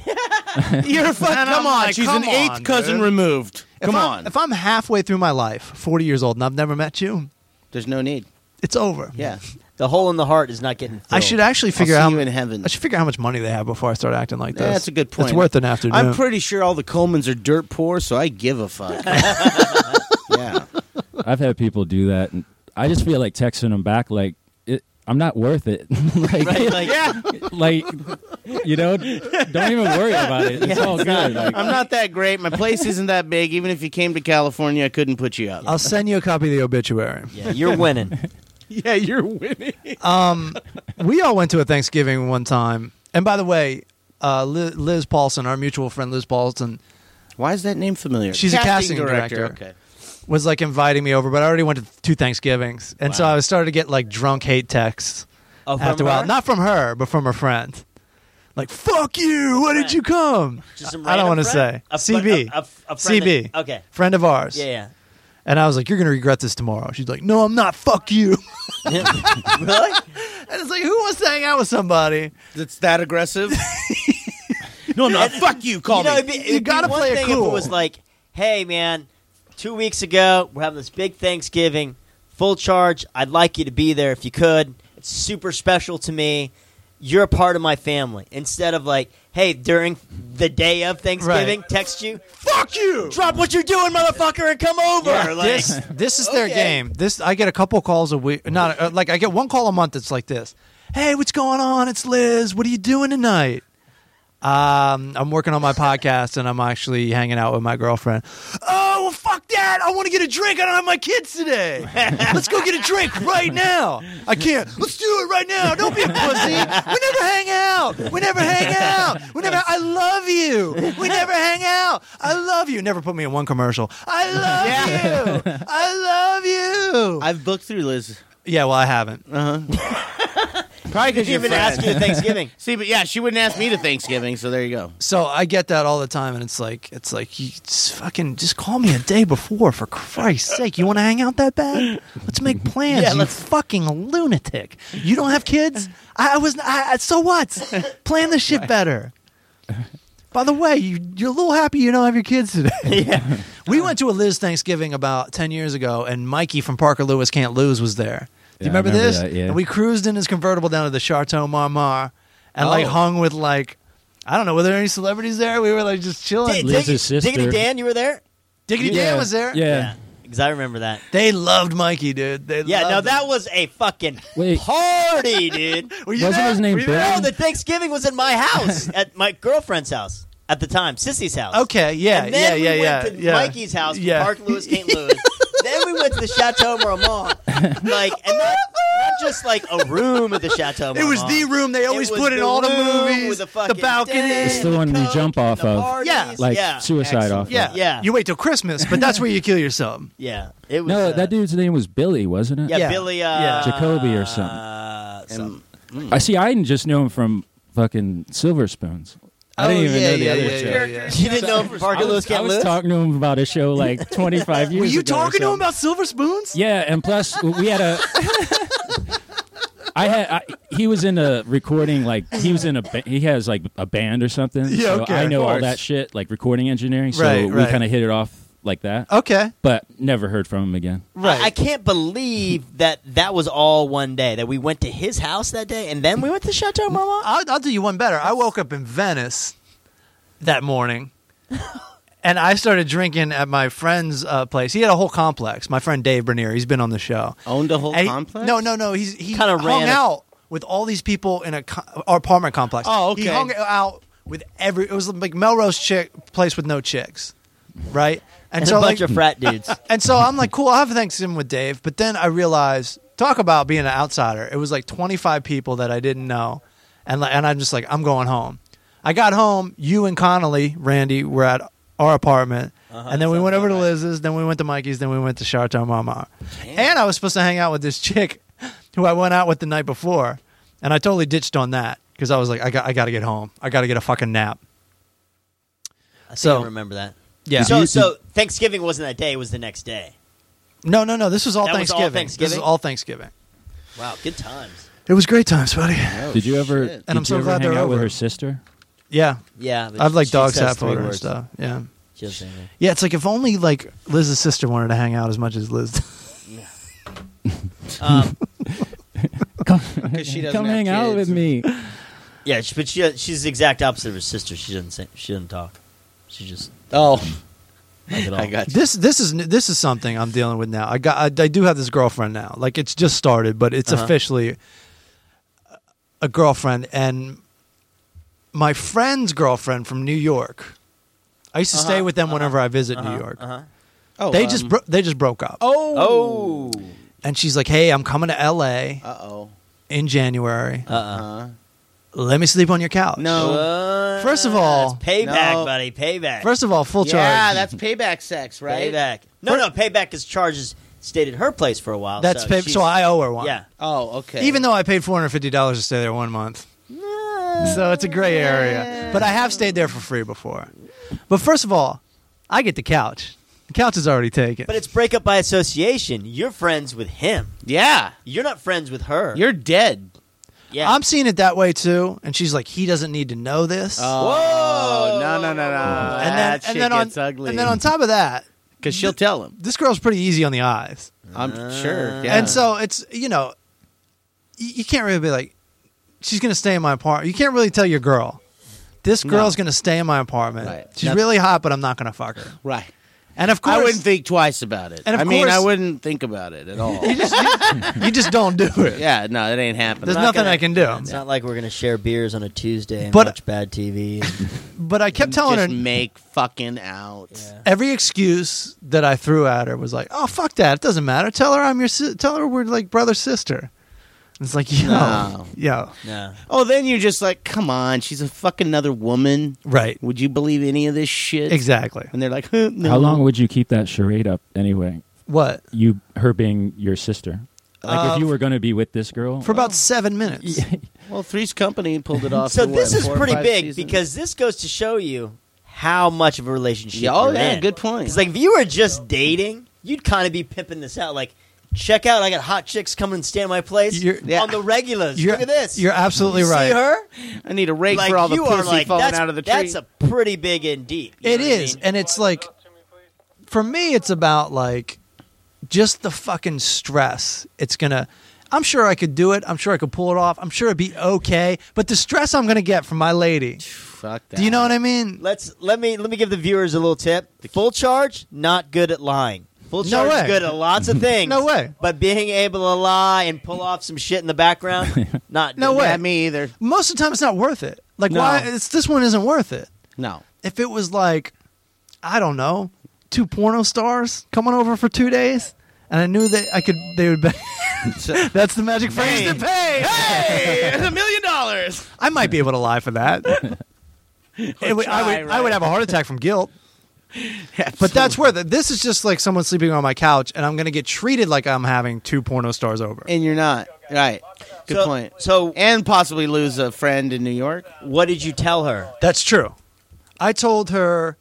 You're fucking. And I'm Come on, like, she's come an eighth on, cousin dude. removed. If come I'm- on. If I'm halfway through my life, 40 years old, and I've never met you, There's no need. it's over. Yeah. the hole in the heart is not getting. Filled. I should actually figure I'll see out. you in heaven. I should figure out how much money they have before I start acting like this. Yeah, that's a good point. It's worth an afternoon. I'm pretty sure all the Colemans are dirt poor, so I give a fuck. yeah. I've had people do that, and I just feel like texting them back like it, I'm not worth it. like, Right, like, like, you know, don't even worry about it. It's all good. Um, Like, I'm not that great. My place isn't that big. Even if you came to California, I couldn't put you up. I'll send you a copy of the obituary. yeah, you're winning. Yeah, you're winning. we all went to a Thanksgiving one time. And by the way, uh, Li- Liz Paulson, our mutual friend Liz Paulson, Why is that name familiar? She's a casting director. was like inviting me over, but I already went to two Thanksgivings, and so I was starting to get like drunk hate texts Oh, from after a while, her? not from her, but from her friend. Like "fuck you," why did you come? Just some I don't random want to friend? say A fri- CB, a- a- a friend CB, that- okay. friend of ours. Yeah, And I was like, "You're gonna regret this tomorrow." She's like, "No, I'm not. Fuck you." yeah. really? And it's like, who wants to hang out with somebody? That's that aggressive. no, no. Fuck you. Call you know, me. it'd be, it'd You gotta be one play it thing If cool. it was like, hey man, two weeks ago we're having this big Thanksgiving, full charge. I'd like you to be there if you could. It's super special to me. You're a part of my family. Instead of like, hey, during the day of Thanksgiving, text you, Fuck you. drop what you're doing, motherfucker, and come over. like, this this is their Okay. game. This I get a couple calls a week. Not uh, like I get one call a month. It's like this. Hey, what's going on? It's Liz. What are you doing tonight? Um, I'm working on my podcast and I'm actually hanging out with my girlfriend. Oh, well, fuck that. I want to get a drink. I don't have my kids today. Let's go get a drink right now. I can't. Let's do it right now. Don't be a pussy. We never hang out. We never hang out. We never. I love you. We never hang out. I love you. Never put me in one commercial. I love you. I love you. I've booked through Liz. yeah, well, I haven't. Probably because even ask you to Thanksgiving. See, but yeah, she wouldn't ask me to Thanksgiving, so there you go. So I get that all the time, and it's like it's like you just fucking just call me a day before for Christ's sake. You want to hang out that bad? Let's make plans. Yeah, you let's- fucking lunatic. You don't have kids? I, I was. I, I- so what? Plan the shit better. By the way, you, you're a little happy you don't have your kids today. yeah. We went to a Liz Thanksgiving about 10 years ago, and Mikey from Parker Lewis Can't Lose was there. Do you Yeah, I remember, remember this? that, yeah. And we cruised in his convertible down to the Chateau Marmar and like Oh. hung with like, I don't know, were there any celebrities there? We were like just chilling. Dig- Liz's Dig- sister. Diggity Dan, you were there? Diggity Dan was there. Yeah. Because I remember that. They loved Mikey, dude. They Yeah, loved no, him. that was a fucking Wait. party, dude. Were you Wasn't there? his name Were you there? Bill? No, the Thanksgiving was at my house, at my girlfriend's house, at the time, Sissy's house. Okay, yeah, And then yeah, we yeah, went yeah, to yeah. Mikey's house, Yeah. Park Lewis, St. Louis. then we went to the Chateau Marmont, like, and not, not just like a room at the Chateau. Marmont. It was the room they always was put in the all the room movies, with the the fucking balcony. den, It's the one we Coke, jump and off the of. parties. Yeah. like yeah, suicide off. Yeah. Yeah. You wait till Christmas, but that's where you kill yourself. yeah. It was No, uh, that dude's name was Billy, wasn't it? Yeah, Yeah. Billy. Uh, Yeah. Jacoby or something. Uh, something. I see. I didn't just know him from fucking Silver Spoons. I didn't Oh, even yeah, know the yeah, other yeah, show. yeah, yeah. you didn't know from Parker I Lewis was, I can't was lose. talking to him about a show like 25 years ago. Were you or talking to him something. about silver spoons? Yeah, and plus we had a I had I, he was in a recording like he was in a ba- he has like a band or something. Yeah, so okay, I of know all course. that shit like recording engineering. So Right, we right. kind of hit it off like that. Okay. But never heard from him again. Right. I, I can't believe that that was all one day. That we went to his house that day, and then we went to Chateau Marmont. I'll, I'll do you one better. I woke up in Venice that morning, and I started drinking at my friend's uh, place. He had a whole complex. My friend Dave Bernier. He's been on the show. Owned a whole And he- complex? No, no, no. He's he Kinda hung ran a- out with all these people in a co- or apartment complex. Oh, okay. He hung out with every. It was like Melrose chick place with no chicks, right? And a like, bunch of frat dudes. and so I'm like, cool, I'll have Thanksgiving with Dave. But then I realized, talk about being an outsider. It was like 25 people that I didn't know. And, like, and I'm just like, I'm going home. I got home. You and Connolly, Randy, were at our apartment. Uh-huh, and then we went over to Liz's. Then we went to Mikey's. Then we went to Chateau Mama. And I was supposed to hang out with this chick who I went out with the night before. And I totally ditched on that because I was like, I got, I got to get home. I got to get a fucking nap. I think So- I remember that. Yeah. So, so Thanksgiving wasn't that day; it was the next day. no, no, no. This was all That was all Thanksgiving. This is Thanksgiving? all Thanksgiving. Wow, good times. It was great times, buddy. did you ever? Oh, shit. Did And I'm you so ever glad hang they're out with over. her sister? Yeah, Yeah, but I've like she dog says sat three photo and words. stuff. Yeah, She doesn't say anything. yeah. It's like if only like Liz's sister wanted to hang out as much as Liz. Um, because she doesn't Come have hang kids. out with me. yeah, she, but she, she's the exact opposite of her sister. She doesn't say, she doesn't talk. She just Oh, like it all. I got you. this this is this is something I'm dealing with now. I got I, I do have this girlfriend now. Like it's just started, but it's Uh-huh. officially a girlfriend and my friend's girlfriend from New York. I used to stay Uh-huh. with them whenever I visit New York. Oh, They um, just bro- they just broke up. oh, Oh, And she's like, "Hey, I'm coming to LA uh oh, in January. uh, uh, Let me sleep on your couch." no. First of all- That's payback, No. buddy, payback. Oh, First of all, full charge. Yeah, that's payback sex, right? payback. No, no, payback is charges stayed at her place for a while. That's so pay- she's- so I owe her one. yeah. Oh, okay. Even though I paid four hundred fifty dollars to stay there one month, so it's a gray area. But I have stayed there for free before. But first of all, I get the couch. The couch is already taken. But it's breakup by association. You're friends with him. yeah, You're not friends with her. you're dead. yeah. I'm seeing it that way too. And she's like, he doesn't need to know this. Oh, no, no, no, no. and then, that shit and then on gets ugly. and then on top of that, because she'll tell him. this girl's pretty easy on the eyes. I'm sure. Yeah. Uh, And so it's you know, y- you can't really be like, she's gonna stay in my apartment. You can't really tell your girl, this girl's gonna stay in my apartment. Right. She's That's- really hot, but I'm not gonna fuck her. right. And of course, I wouldn't think twice about it. And of I mean, I course- wouldn't think about it at all. you just don't do it. yeah, no, it ain't happening. There's nothing I can do. it's not like we're gonna share beers on a Tuesday and But- watch bad TV. But I kept telling Just her make fucking out. every excuse that I threw at her was like, "Oh fuck that, it doesn't matter. Tell her I'm your si- tell her we're like brother sister." And it's like, yo, No. yo, no. Oh, then you're just like, come on, she's a fucking another woman. right, Would you believe any of this shit? exactly. And they're like, huh, no. How long would you keep that charade up anyway? What You her being your sister. Like Uh, if you were going to be with this girl for about seven minutes? Well, Three's Company pulled it off. So for what, this is four or pretty five big seasons? because this goes to show you how much of a relationship. Yeah, oh you're yeah, in. good point. It's like if you were just dating, you'd kind of be pimping this out. Like, check out, I got hot chicks coming and stay at my place You're- Yeah. on the regulars. You're, Look at this. You're absolutely You right. See her? I need a rake Like for all the you pussy are like falling that's, out of the tree. That's a pretty big and deep. You It know what I is, mean? and it's like, for me, it's about like just the fucking stress. It's gonna. I'm sure I could do it. I'm sure I could pull it off. I'm sure it'd be okay. But the stress I'm gonna get from my lady. Fuck that. Do you know what I mean? Let's let me let me give the viewers a little tip. Full charge, not good at lying. Full No charge is way. good at lots of things. No way. But being able to lie and pull off some shit in the background, not No good. way. Yeah, me either. Most of the time, it's not worth it. Like No. why? It's this one isn't worth it. No. If it was like, I don't know, two porno stars coming over for two days, and I knew that I could, they would. Be- That's the magic phrase to pay. hey, it's a million dollars. I might be able to lie for that. It would- I, try, would, I right? would have a heart attack from guilt. But that's where the, this is just like someone sleeping on my couch, and I'm going to get treated like I'm having two porno stars over. And you're not. Right. Good So- point. So And possibly lose a friend in New York. what did you tell her? That's true. I told her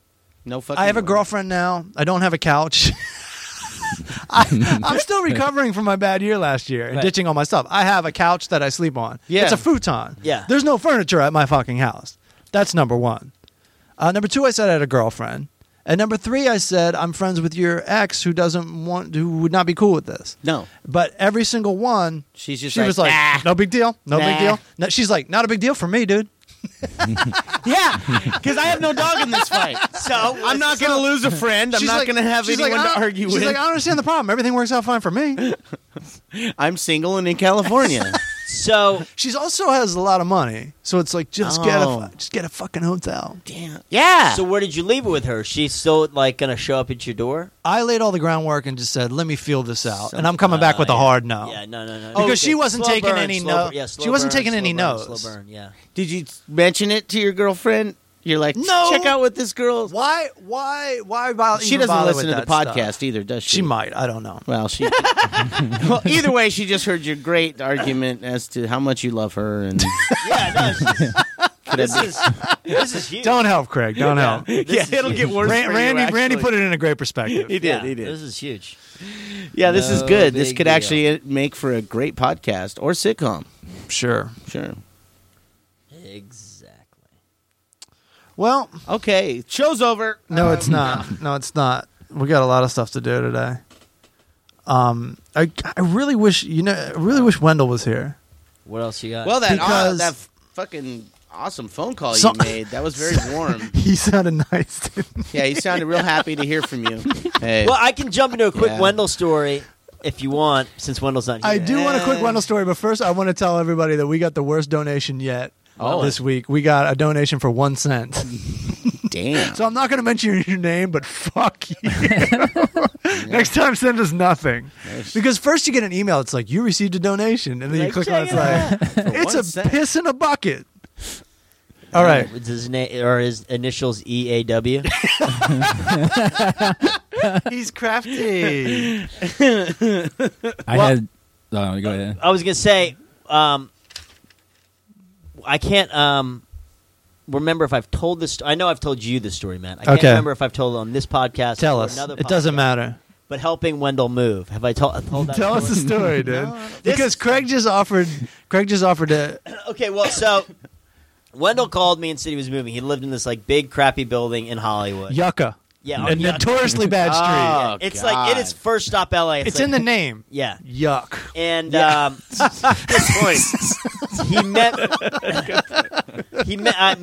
No fucking. I have a way. girlfriend now. I don't have a couch. I, I'm still recovering from my bad year last year and Right. ditching all my stuff. I have a couch that I sleep on. Yeah. It's a futon. Yeah. There's no furniture at my fucking house. That's number one. Uh, number two, I said I had a girlfriend. And number three, I said I'm friends with your ex who doesn't want, who would not be cool with this. No. But every single one, She's just she like, "Ah." was like, "Nah." no big deal, no Nah. big deal. No, she's like, not a big deal for me, dude. Yeah, because I have no dog in this fight. So I'm not going to lose a friend. I'm She's not like- going to have she's anyone like, I to don't- argue she's with. like, "Ah." I don't understand the problem. Everything works out fine for me. I'm single and in California. So She's also has a lot of money, so it's like just get a Oh. fu- just get a fucking hotel. Damn. Yeah. so where did you leave it with her? She's still like gonna show up at your door? I laid all the groundwork and just said, "Let me feel this out," Some- and I'm coming back with a yeah. hard no. Yeah, no, no, no. Oh. Because she wasn't Slow taking burn, any slow no- burn, yeah, slow she wasn't burn, taking slow any burn, no's. Slow burn, yeah. Did you mention it to your girlfriend? You're like, No. check out what this girl. Why? Why? Why? Bother, She even doesn't bother listen with to the that podcast Stuff? either, does she? She might. I don't know. Well, she. well, either way, she just heard your great argument as to how much you love her, and Yeah, no, she's- could this have is this is huge. Don't help, Craig. Don't help. been- yeah, it'll get worse. Ran- for you, Randy, Randy actually. put it in a great perspective. He did. yeah, he did. This is huge. yeah, this is No good. This big could deal. actually uh, make for a great podcast or sitcom. Sure. Sure. Exactly. Well, Okay, show's over. no, it's Um, not. No, it's not. We got a lot of stuff to do today. Um, I I really wish you know. I really wish Wendell was here. What else you got? Well, that Because- that fucking awesome phone call So- you made that was very warm. He sounded nice. Didn't he? Yeah, you sounded real happy to hear from you. Hey, well, I can jump into a quick Yeah. Wendell story if you want, since Wendell's not here. I do want a quick Wendell story, but first I want to tell everybody that we got the worst donation yet Oh. this week. We got a donation for one cent. damn. so I'm not going to mention your name, but fuck you. Next time, send us nothing. Because first you get an email, it's like, you received a donation. And then you Like, click on it, check it's like, it For it's one a cent. piss in a bucket. All right. Is his name or his initials E A W? He's crafty. I Well- had. Oh, go ahead. I was gonna say, um, I can't um, remember if I've told this. I know I've told you this story, Matt. I can't Okay. remember if I've told it on this podcast. Tell or us. Another It doesn't podcast, matter. But helping Wendell move. Have I told? told that Tell us the story, story? dude. because Craig just offered, Craig just offered to okay, well, so Wendell called me and said he was moving. He lived in this like big crappy building in Hollywood. yucka, Yeah, a on Yucca. notoriously bad street. Oh, It's like it is first stop LA. It's, It's like- in the name. yeah. Yuck. And Yeah. um, point. he met. he met. I,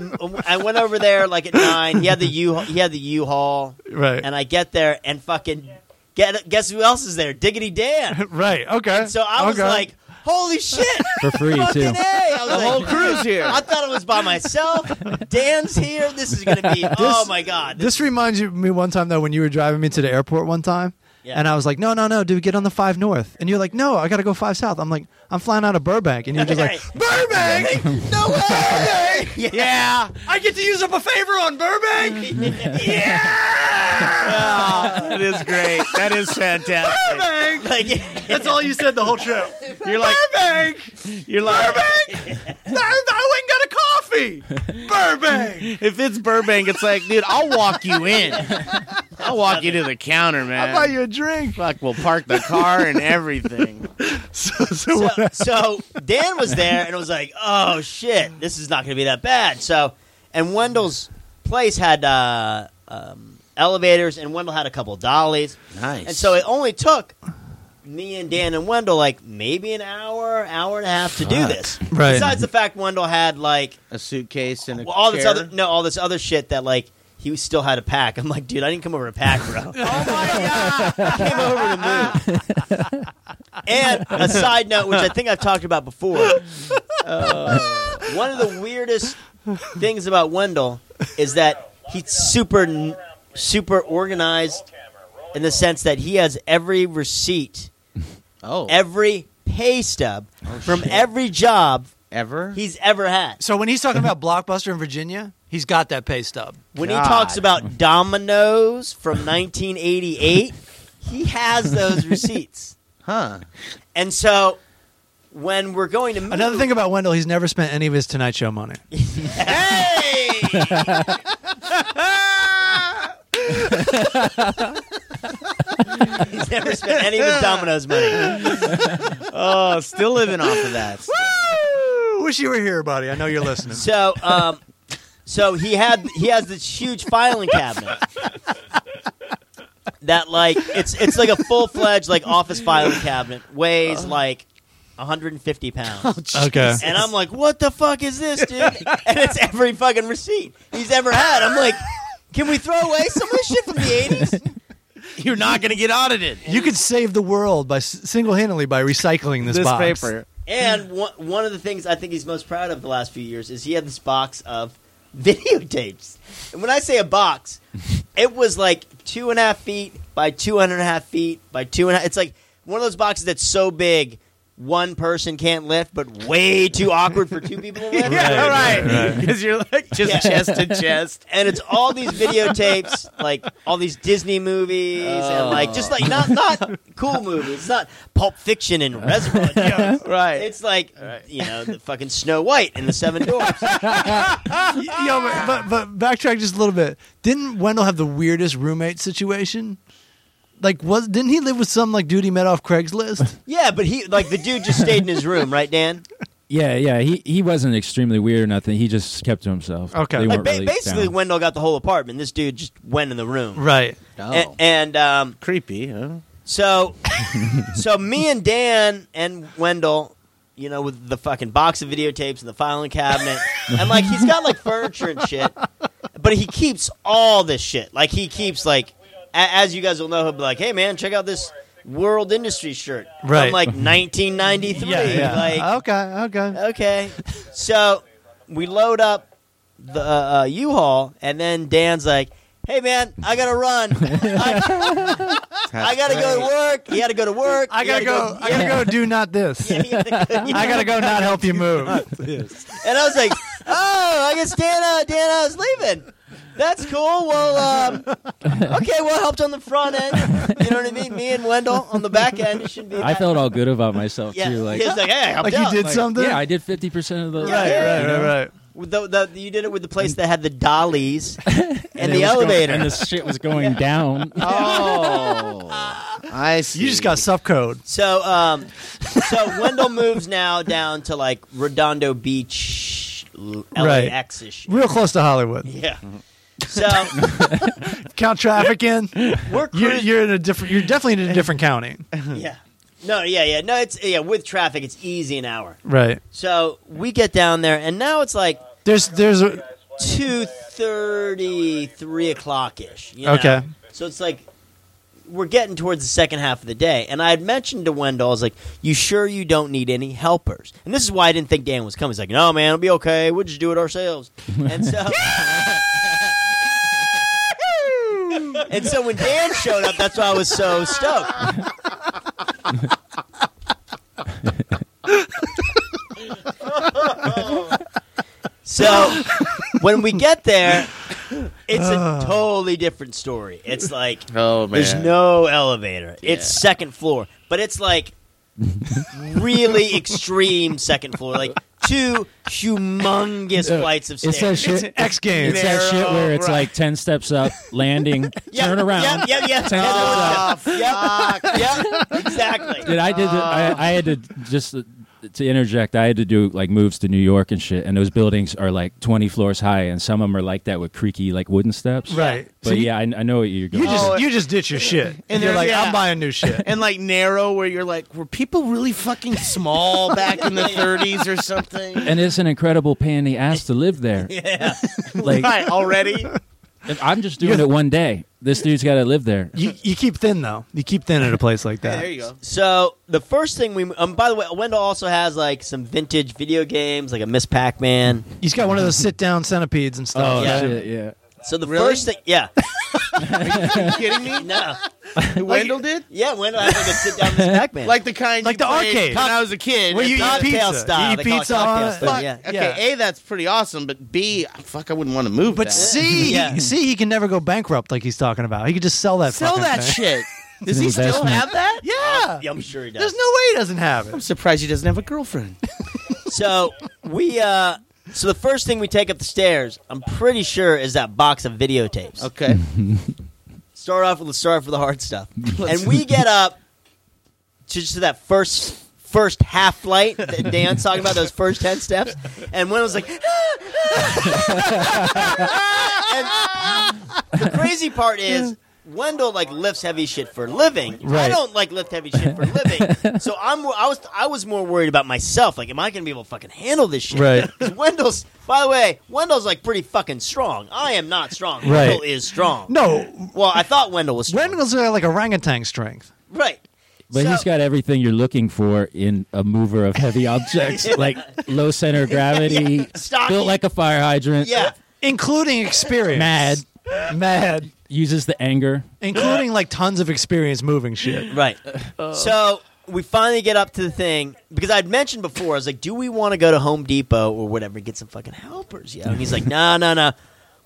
I went over there like at nine. He had the U. He had the U-Haul, Right. and I get there and fucking get. Guess who else is there? Diggity Dan. right. Okay. So I was Okay. like, "Holy shit!" For free, too. Fucking hey! I was The like, whole crew's here. I thought it was by myself. Dan's here. This is gonna be. oh This- my god! this reminds you me one time though when you were driving me to the airport one time. Yeah. And I was like, no, no, no, dude, get on the five north. And you're like, no, I gotta go five south. I'm like, I'm flying out of Burbank, and you're just like, Burbank? No way! Yeah. I get to use up a favor on Burbank. that is great. That is fantastic. Burbank. Like, That's all you said the whole trip. You're like Burbank. you're like Burbank. I went and got a coffee. Burbank. if it's Burbank, it's like, dude, I'll walk you in. I'll walk you to the counter, I buy man. you a drink. Fuck, we'll park the car and everything. So, so so, what happened? so Dan was there and it was like, oh shit, this is not going to be that bad. So, and Wendell's place had uh, um, elevators, and Wendell had a couple dollies, Nice. and so it only took me and Dan and Wendell like maybe an hour, hour and a half to do Fuck. this. Right. Besides the fact Wendell had like a suitcase and a well, all this chair. other no, all this other shit that like. He still had a pack. I'm like, dude, I didn't come over to pack, bro. came over to move. And a side note, which I think I've talked about before, uh, one of the weirdest things about Wendell is that he's super, super organized in the sense that he has every receipt, Oh, every pay stub from every job ever? he's ever had. So when he's talking about Blockbuster in Virginia, he's got that pay stub. When God. he talks about Domino's from 1988, he has those receipts. Huh? And so when we're going to move, Another thing about Wendell, he's never spent any of his Tonight Show money. hey! He's never spent any of his Domino's money. Oh, still living off of that. Woo! Wish you were here, buddy. I know you're listening. So, um, so he had he has this huge filing cabinet that like it's it's like a full fledged like office filing cabinet weighs like 150 pounds. okay. And I'm like, what the fuck is this, dude? And it's every fucking receipt he's ever had. I'm like, can we throw away some of this shit from the 80s? You're not going to get audited. You could save the world by single handedly by recycling this, This box. paper. And one, one of the things I think he's most proud of the last few years is he had this box of videotapes. And when I say a box, it was like two and a half feet by two and a half feet by two and a half. It's like one of those boxes that's so big one person can't lift, but way too awkward for two people to lift. Yeah, right. Because you're like just Yeah. chest to chest. and it's all these videotapes, like all these Disney movies, and like just like not not cool movies. It's not Pulp Fiction and Reservoir Dogs. Right. It's like you know the fucking Snow White and the Seven Dwarfs. Yo, Ah. but, but but backtrack just a little bit. Didn't Wendell have the weirdest roommate situation? Like, was didn't he live with some like dude he met off Craigslist? yeah, but he like the dude just stayed in his room, right, Dan? Yeah, yeah. He he wasn't extremely weird or nothing. He just kept to himself. Okay. They Like, weren't Like ba- really basically, down. Wendell got the whole apartment. This dude just went in the room, right. Oh. A- and um, creepy, huh? So, so me and Dan and Wendell, you know, with the fucking box of videotapes and the filing cabinet, and like he's got like furniture and shit, but he keeps all this shit. Like he keeps like, a- as you guys will know, he'll be like, "Hey man, check out this World Industry shirt Right. from like 1993." Like, okay. uh, Okay. okay, so we load up the uh, uh, U-Haul, and then Dan's like. Hey man, I gotta run. I- I gotta go to work. He had to go to work. I He gotta had go. I gotta go. Do not this. to go- I gotta go. Not help you move. Uh, and I was like, oh, I guess Dan, uh, Dan, I was leaving. That's cool. Well, um, okay. Well, I helped on the front end. You know what I mean? Me and Wendell on the back end. It shouldn't be. I that- felt all good about myself Yeah. too. Like, he was like, hey, I helped Like you out. did like, something. Yeah, I did fifty percent of the. Yeah, yeah, yeah. right. Right. Right. With the, the, you did it with the place that had the dollies and, And it was the going- elevator. and the shit was going down. Oh, I see. You just got subcode. So, um, so Wendell moves now down to like Redondo Beach, LAX ish. Real close to Hollywood. Yeah. So Count traffic in. we're You're, cruising. you're in a different. You're definitely in a different county. Yeah. No, yeah, yeah. No, it's yeah, with traffic it's easy an hour. Right. So we get down there and now it's like There's there's a, two thirty, three o'clock ish. you know? Okay. So it's like we're getting towards the second half of the day. And I had mentioned to Wendell, I was like, You sure you don't need any helpers? And this is why I didn't think Dan was coming. He's like, No man, it'll be okay, we'll just do it ourselves. And so And so when Dan showed up, that's why I was so stoked. So when we get there, it's a totally different story. It's like Oh man. there's no elevator. It's second floor, but it's like really extreme second floor, like two humongous Yeah. flights of It's stairs. that shit. X Games. It's that shit where it's like ten steps up, landing, Yep, turn around. Yep, yep, yep. Ten Oh, steps yep, yep, exactly. Dude, I did. the- I, I had to just uh, to interject. I had to do like moves to New York and shit, and those buildings are like twenty floors high, and some of them are like that with creaky like wooden steps. Right. But So you- yeah, I, I know what you're going. You just Oh, you just ditch your shit, and you're there's- like, yeah. I'm buying new shit. and like narrow where you're like, were people really fucking small back in the 30s or something? and it's an incredible pain in the ass to live there. Yeah. Like right already. if I'm just doing it one day. This dude's got to live there. You you keep thin though. You keep thin at a place like that. There you go. So the first thing we, um, by the way, Wendell also has like some vintage video games, like a Miss Pac-Man. He's got one of those sit down centipedes and stuff. Oh Yeah. shit! Yeah. So the Really? first thing, yeah, Are you kidding me? no, Wendell did? yeah, Wendell has like a sit down Miss Pac-Man. Like the kind Like you the played arcade. when I was a kid. Where you eat It's not- cocktail pizza. style. You They eat call it pizza cocktail on- style, Fuck. yeah. Okay, A, that's pretty awesome, but B, fuck, I wouldn't want to move But that. see, Yeah. see, he can never go bankrupt like he's talking about. He could just sell that. Sell fucking that thing. shit. Does he still Investment. have that? Yeah. Yeah, I'm sure he does. There's no way he doesn't have I'm it. surprised he doesn't have a girlfriend. So we uh so the first thing we take up the stairs, I'm pretty sure, is that box of videotapes. Okay. start off with let's start off with the hard stuff. and we get up to just that first first half flight that Dan's talking about, those first ten steps. And when I was like And the crazy part is Wendell like lifts heavy shit for a living. I Right. don't like lift heavy shit for a living. so I'm I was I was more worried about myself. Like, am I gonna be able to fucking handle this shit? Right. Because Wendell's, by the way, Wendell's like pretty fucking strong. I am not strong. Right. Wendell is strong. No, Well, I thought Wendell was strong. Wendell's got like orangutan strength. right. But So- he's got everything you're looking for in a mover of heavy objects, like low center of gravity, Stocky. built like a fire hydrant. Yeah. including experience. Mad. mad, Uses the anger. including like tons of experience moving shit. Right. So we finally get up to the thing because I'd mentioned before. I was like, "Do we want to go to Home Depot or whatever and get some fucking helpers?" Yeah. And he's like, "No, no, no.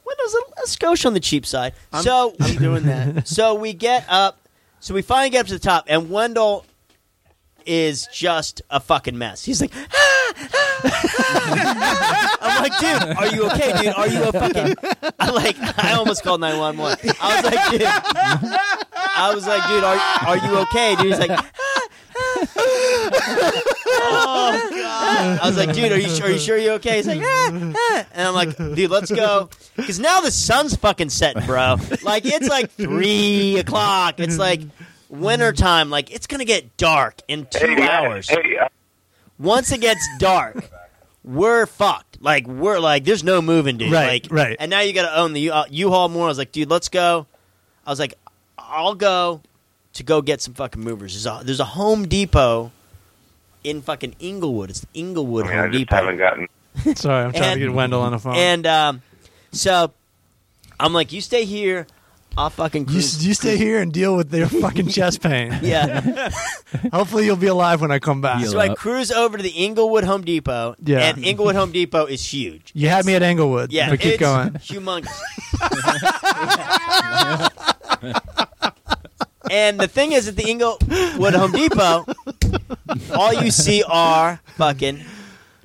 Windows a, a skosh on the cheap side." so I'm doing that. So we get up. So we finally get up to the top, and Wendell is just a fucking mess. He's like. I'm like, dude, are you okay, dude? Are you a fucking? I like, I almost called nine one one. I was like, dude, I was like, dude, are are you okay? Dude, he's like, oh god. I was like, dude, are you sure? Are you sure you're okay? He's like, ah, ah. and I'm like, dude, let's go, because now the sun's fucking setting, bro. Like it's like three o'clock. It's like winter time. Like it's gonna get dark in two Hey, hours. Hey, uh, Once it gets dark, we're fucked. Like we're like, there's no moving, dude. Right, like, right. And now you got to own the U- uh, U-Haul more. I was like, dude, let's go. I was like, I'll go to go get some fucking movers. There's a there's a Home Depot in fucking Inglewood. It's the Inglewood I mean, I Home just Depot. haven't gotten. Sorry, I'm trying And- to get Wendell on the phone. And um, so I'm like, you stay here. I'll fucking you, cruise. s- you stay here and deal with your fucking chest pain. yeah. Hopefully, you'll be alive when I come back. You'll- So I up. cruise over to the Inglewood Home Depot. Yeah. And Inglewood Home Depot is huge. You had me at Englewood. Yeah, but keep it's going. Humongous. and the thing is, at the Inglewood Home Depot, all you see are fucking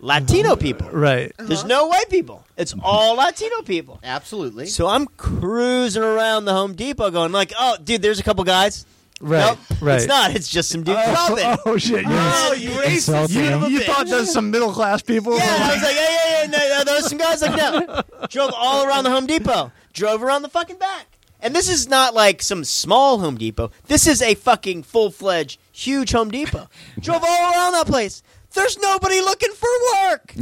Latino people. Right. There's no white people. It's all Latino people. Absolutely. So I'm cruising around the Home Depot, going like, "Oh, dude, there's a couple guys." Right. Nope, Right. it's not. Ah, It's just some dude. Oh, Robin. oh shit! You, you Insulting you, him. you thought those some middle class people? Yeah, I was like, yeah, yeah, yeah. No, no, there was some guys like that. Drove all around the Home Depot. Drove around the fucking back. And this is not like some small Home Depot. This is a fucking full fledged, huge Home Depot. Drove all around that place. There's nobody looking for work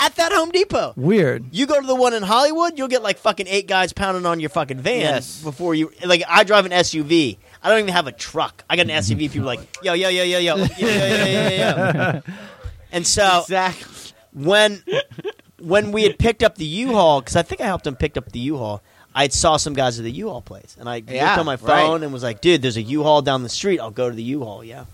at that Home Depot. weird. You go to the one in Hollywood, you'll get like fucking eight guys pounding on your fucking van before you. Like I drive an SUV. I don't even have a truck. I got an SUV. People are like, yo, yo, yo, yo, yo, yo, yo, yo, yo, yo, yo. And so exactly. when when we had picked up the U-Haul, because I think I helped him pick up the U-Haul. I saw some guys at the U-Haul place, and I Yeah, looked on my right. phone and was like, "Dude, there's a U-Haul down the street. I'll go to the U-Haul." Yeah.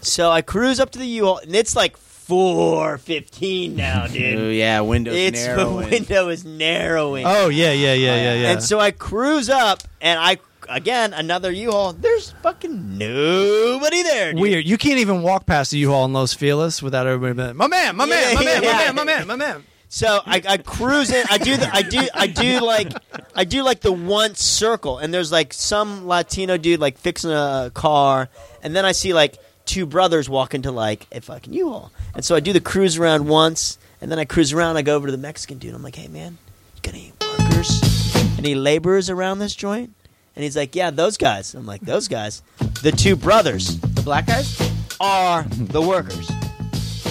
So I cruise up to the U-Haul, and it's like four fifteen now, Oh dude. yeah, windows it's narrowing. the window is narrowing. Oh yeah, yeah, yeah, yeah, yeah. And so I cruise up, and I again another U-Haul. There's fucking nobody there. Dude. Weird. You can't even walk past the U-Haul in Los Feliz without everybody being, my man, my man, my man, my Yeah. man, my man, my man. So I, I cruise in. I do. The, I do. I do like. I do like the once circle, and there's like some Latino dude like fixing a car, and then I see like two brothers walk into like a fucking U-Haul, and so I do the cruise around once, and then I cruise around. I go over to the Mexican dude. I'm like, hey man, you got any workers, any laborers around this joint? And he's like, yeah, those guys. I'm like, those guys, the two brothers the black guys? are the workers,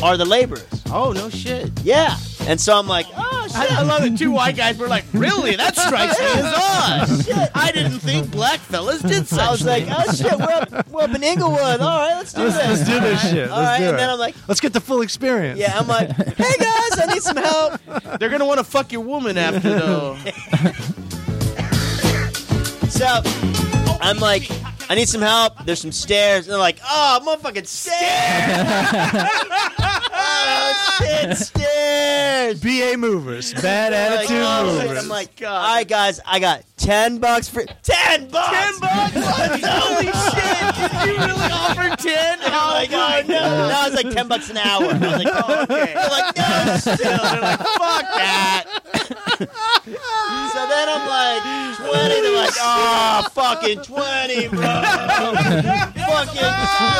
are the laborers. Oh no shit. Yeah. And so I'm like, oh shit, I, I love it. Two white guys were like, really? That strikes me as odd. Shit, I didn't think black fellas did such. I was like, oh shit, we're up, we're up in Inglewood. All right, let's do this. Let's do this shit. All Let's right, do and then it. I'm like, Let's get the full experience. yeah, I'm like, hey guys, I need some help. They're gonna want to fuck your woman after though. So I'm like, I need some help. There's some stairs. And they're like, oh, motherfucking stairs. oh shit, stairs. BA movers, bad Like, attitude oh, shit. movers. I'm like, all right, guys, I got ten bucks for ten bucks. Ten bucks. Holy shit! Did you really offer ten? Oh my god, no! That was like ten bucks an hour. I was like, oh, okay. They're like, no, still. They're like, fuck that. so then I'm like, twenty. They're like, Oh, fucking 20, bro.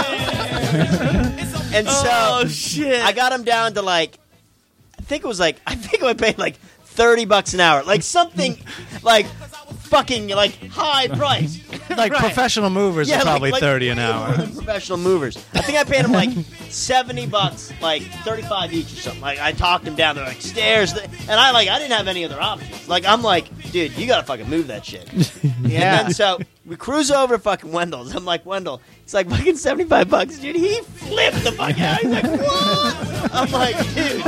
fucking 20. And so oh shit! I got him down to like, I think it was like, I think I paid like 30 bucks an hour. Like something like fucking like high price. Like Right. professional movers are Yeah, like- probably like thirty an way more hour. than Professional movers. I think I paid him like seventy bucks, like thirty-five each or something. Like I talked him down. They're like stairs, th- and I like I didn't have any other options. Like I'm like, dude, you gotta fucking move that shit. yeah. And so we cruise over to fucking Wendell's. I'm like, Wendell, it's like fucking 75 bucks, dude. He flipped the fuck out. He's like, what? I'm like, dude. you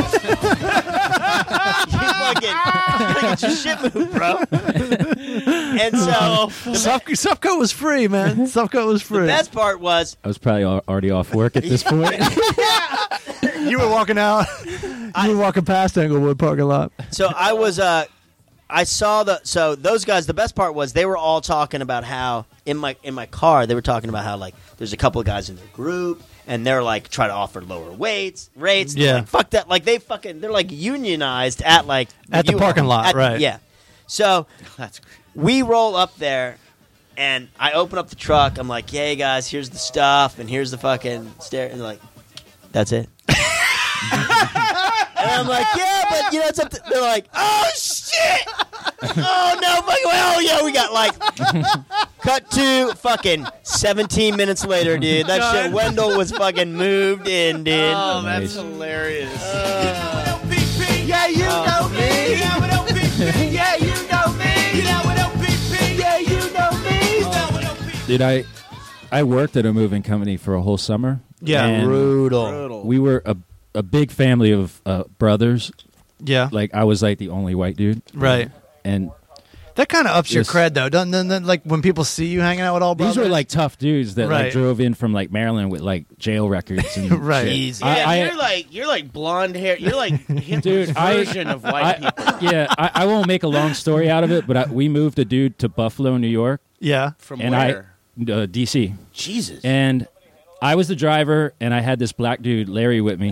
fucking, you gotta get your shit moved, bro. And so Sup- Supco was free, man. Supco was the free. best part was I was probably al- already off work at this point. You were walking out. you were walking past Englewood parking lot. so I was uh I saw the so those guys the best part was they were all talking about how in my in my car they were talking about how like there's a couple of guys in their group and they're like try to offer lower weights rates They're Yeah. like, fuck that like they fucking they're like unionized at like At the U-Haul. parking lot, At- right. yeah so That's cr- we roll up there and I open up the truck I'm like hey guys here's the stuff and here's the fucking stair and they're like that's it and I'm like, yeah, but you know, it's up to, they're like, oh shit, oh no, fucking, oh yeah, we got like, cut to fucking 17 minutes later, dude. That shit, Wendell was fucking moved in, dude. Oh, that's Nice. hilarious. Yeah, you know me. Yeah, you know me. Yeah, you know me. Dude, I I worked at a moving company for a whole summer. Yeah, And brutal. We were a a big family of uh, brothers. Yeah, Like I was like the only white dude, right. and That kind of ups your Yes. cred, though, doesn't doesn't it? Like when people see you hanging out with all brothers. these were like tough dudes that Right. like drove in from like Maryland with like jail records and Right. shit. Jeez. Yeah, I- I- you're like you're like blonde hair. You're like hip Dude, I- version of white I- people yeah, I, I won't make a long story out of it, but I, we moved a dude to Buffalo, New York, yeah, from and where? I, uh, DC, Jesus. and I was the driver, and I had this black dude, Larry, with me.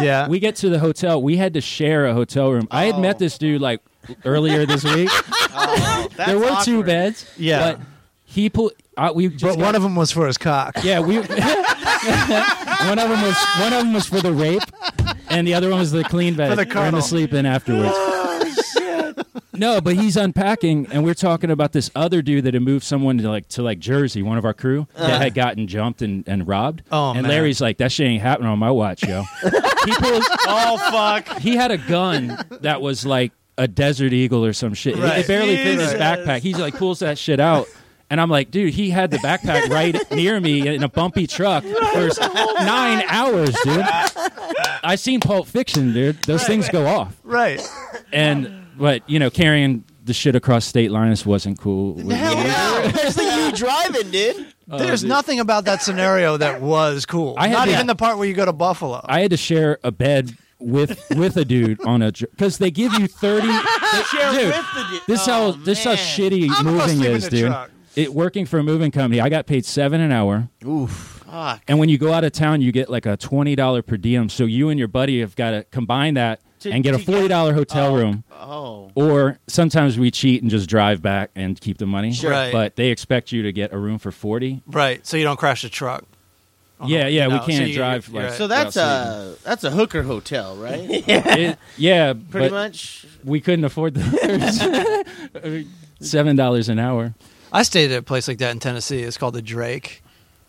yeah. We get to the hotel. We had to share a hotel room. I had met this dude like earlier this week. Oh, that's there were two awkward. beds. Yeah. but he pulled. Uh, we just but got- one of them was for his cock. Yeah, we. one of them was one of them was for the rape, and the other one was the clean bed For the We're in cuddle. Oh, the sleep in afterwards. No, but he's unpacking, and we're talking about this other dude that had moved someone to like to like Jersey, one of our crew that had gotten jumped and, and robbed. Uh-huh. Oh, and man. Larry's like, "That shit ain't happening on my watch, yo." he pulls, oh fuck! He had a gun that was like a Desert Eagle or some shit. It- Right. It barely fit in his Jesus. backpack. He's like pulls that shit out. And I'm like, dude, he had the backpack right near me in a bumpy truck for s- nine hours, dude. I seen Pulp Fiction, dude. Those things go off Right. and but you know carrying the shit across state lines wasn't cool. Hell no. Especially you driving, dude. There's nothing about that scenario that was cool. Oh, I had Not to- even the part where you go to Buffalo. I had to share a bed with with a dude on a because they give you thirty. dude, this oh, how this how shitty Oh, I'm gonna moving sleep in is, the dude. truck. It working for a moving company. I got paid seven an hour, Fuck. and when you go out of town, you get like a twenty dollar per diem. So you and your buddy have got to combine that To- and get a to get- forty dollar hotel room. Oh. Or sometimes we cheat and just drive back and keep the money. Sure. Right. But they expect you to get a room for forty. right. So you don't crash the truck. Yeah, yeah, Uh-huh. No, we so uh, can't you- drive. you're Like, right. So that's without a that's a hooker hotel, right? sleeping. It- yeah, Pretty but much. we couldn't afford the seven dollars an hour. I stayed at a place like that in Tennessee. It's called the Drake,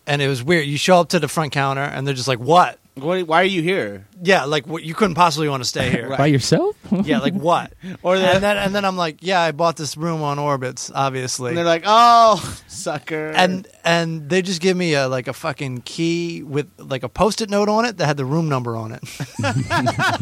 and it was weird. You show up to the front counter, and they're just like, "What? What, why are you here? Yeah, like what? You couldn't possibly want to stay here." By yourself? Yeah, like what? Or they're, and then and then I'm like, "Yeah, I bought this room on Orbitz, obviously." and they're like, oh, sucker. and and they just give me a like a fucking key with like a post-it note on it that had the room number on it.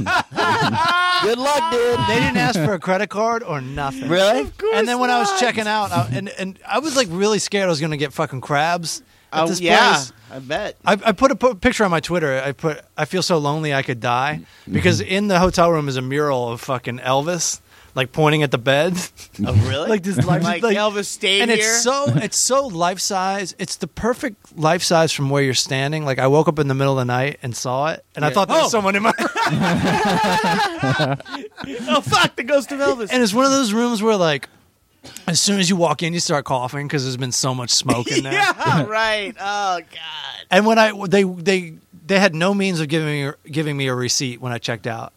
Good luck, dude. They didn't ask for a credit card or nothing. Really? And then when I was checking out, I, and and I was like really scared I was going to get fucking crabs at oh this yeah, place. I bet. I, I put a pu- picture on my Twitter. I put, I feel so lonely I could die because in the hotel room is a mural of fucking Elvis, like pointing at the bed, Oh really? like this, life, Like, Elvis stayed and here. it's so, it's so life size. It's the perfect life size from where you're standing. Like I woke up in the middle of the night and saw it, and I thought there was someone in my. oh fuck, the ghost of Elvis. And it's one of those rooms where like As soon as you walk in, you start coughing because there's been so much smoke in there. yeah, right. Oh god. And when I they they they had no means of giving me giving me a receipt when I checked out.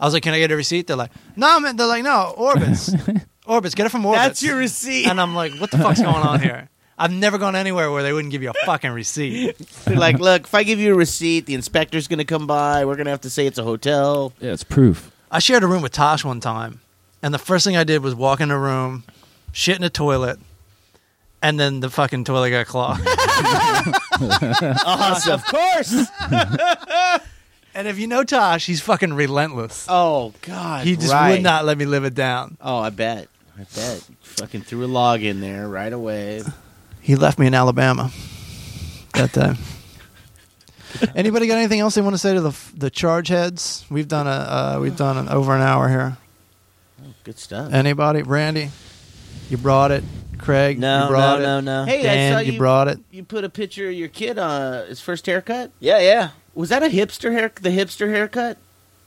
I was like, "Can I get a receipt?" They're like, "No, man." They're like, "No, Orbis, Orbis, get it from Orbis." That's your receipt. And I'm like, "What the fuck's going on here?" I've never gone anywhere where they wouldn't give you a fucking receipt. They're like, look, if I give you a receipt, the inspector's gonna come by. We're gonna have to say it's a hotel. Yeah, it's proof. I shared a room with Tosh one time, and the first thing I did was walk in the room, shit in the toilet, and then the fucking toilet got clogged. Awesome. Of course. and if you know Tosh, he's fucking relentless. oh god. he just right. would not let me live it down. Oh, I bet. I bet. Fucking threw a log in there right away. He left me in Alabama that time. Anybody got anything else they want to say to the the charge heads? We've done a uh, we've done an over an hour here. Good Uh, stuff. Anybody? Randy, you brought it. Craig, No, you brought no, no, it. no. Hey, I saw Dan, you, you brought it. you put a picture of your kid on uh, his first haircut. Yeah, yeah. Was that a hipster hair? The hipster haircut,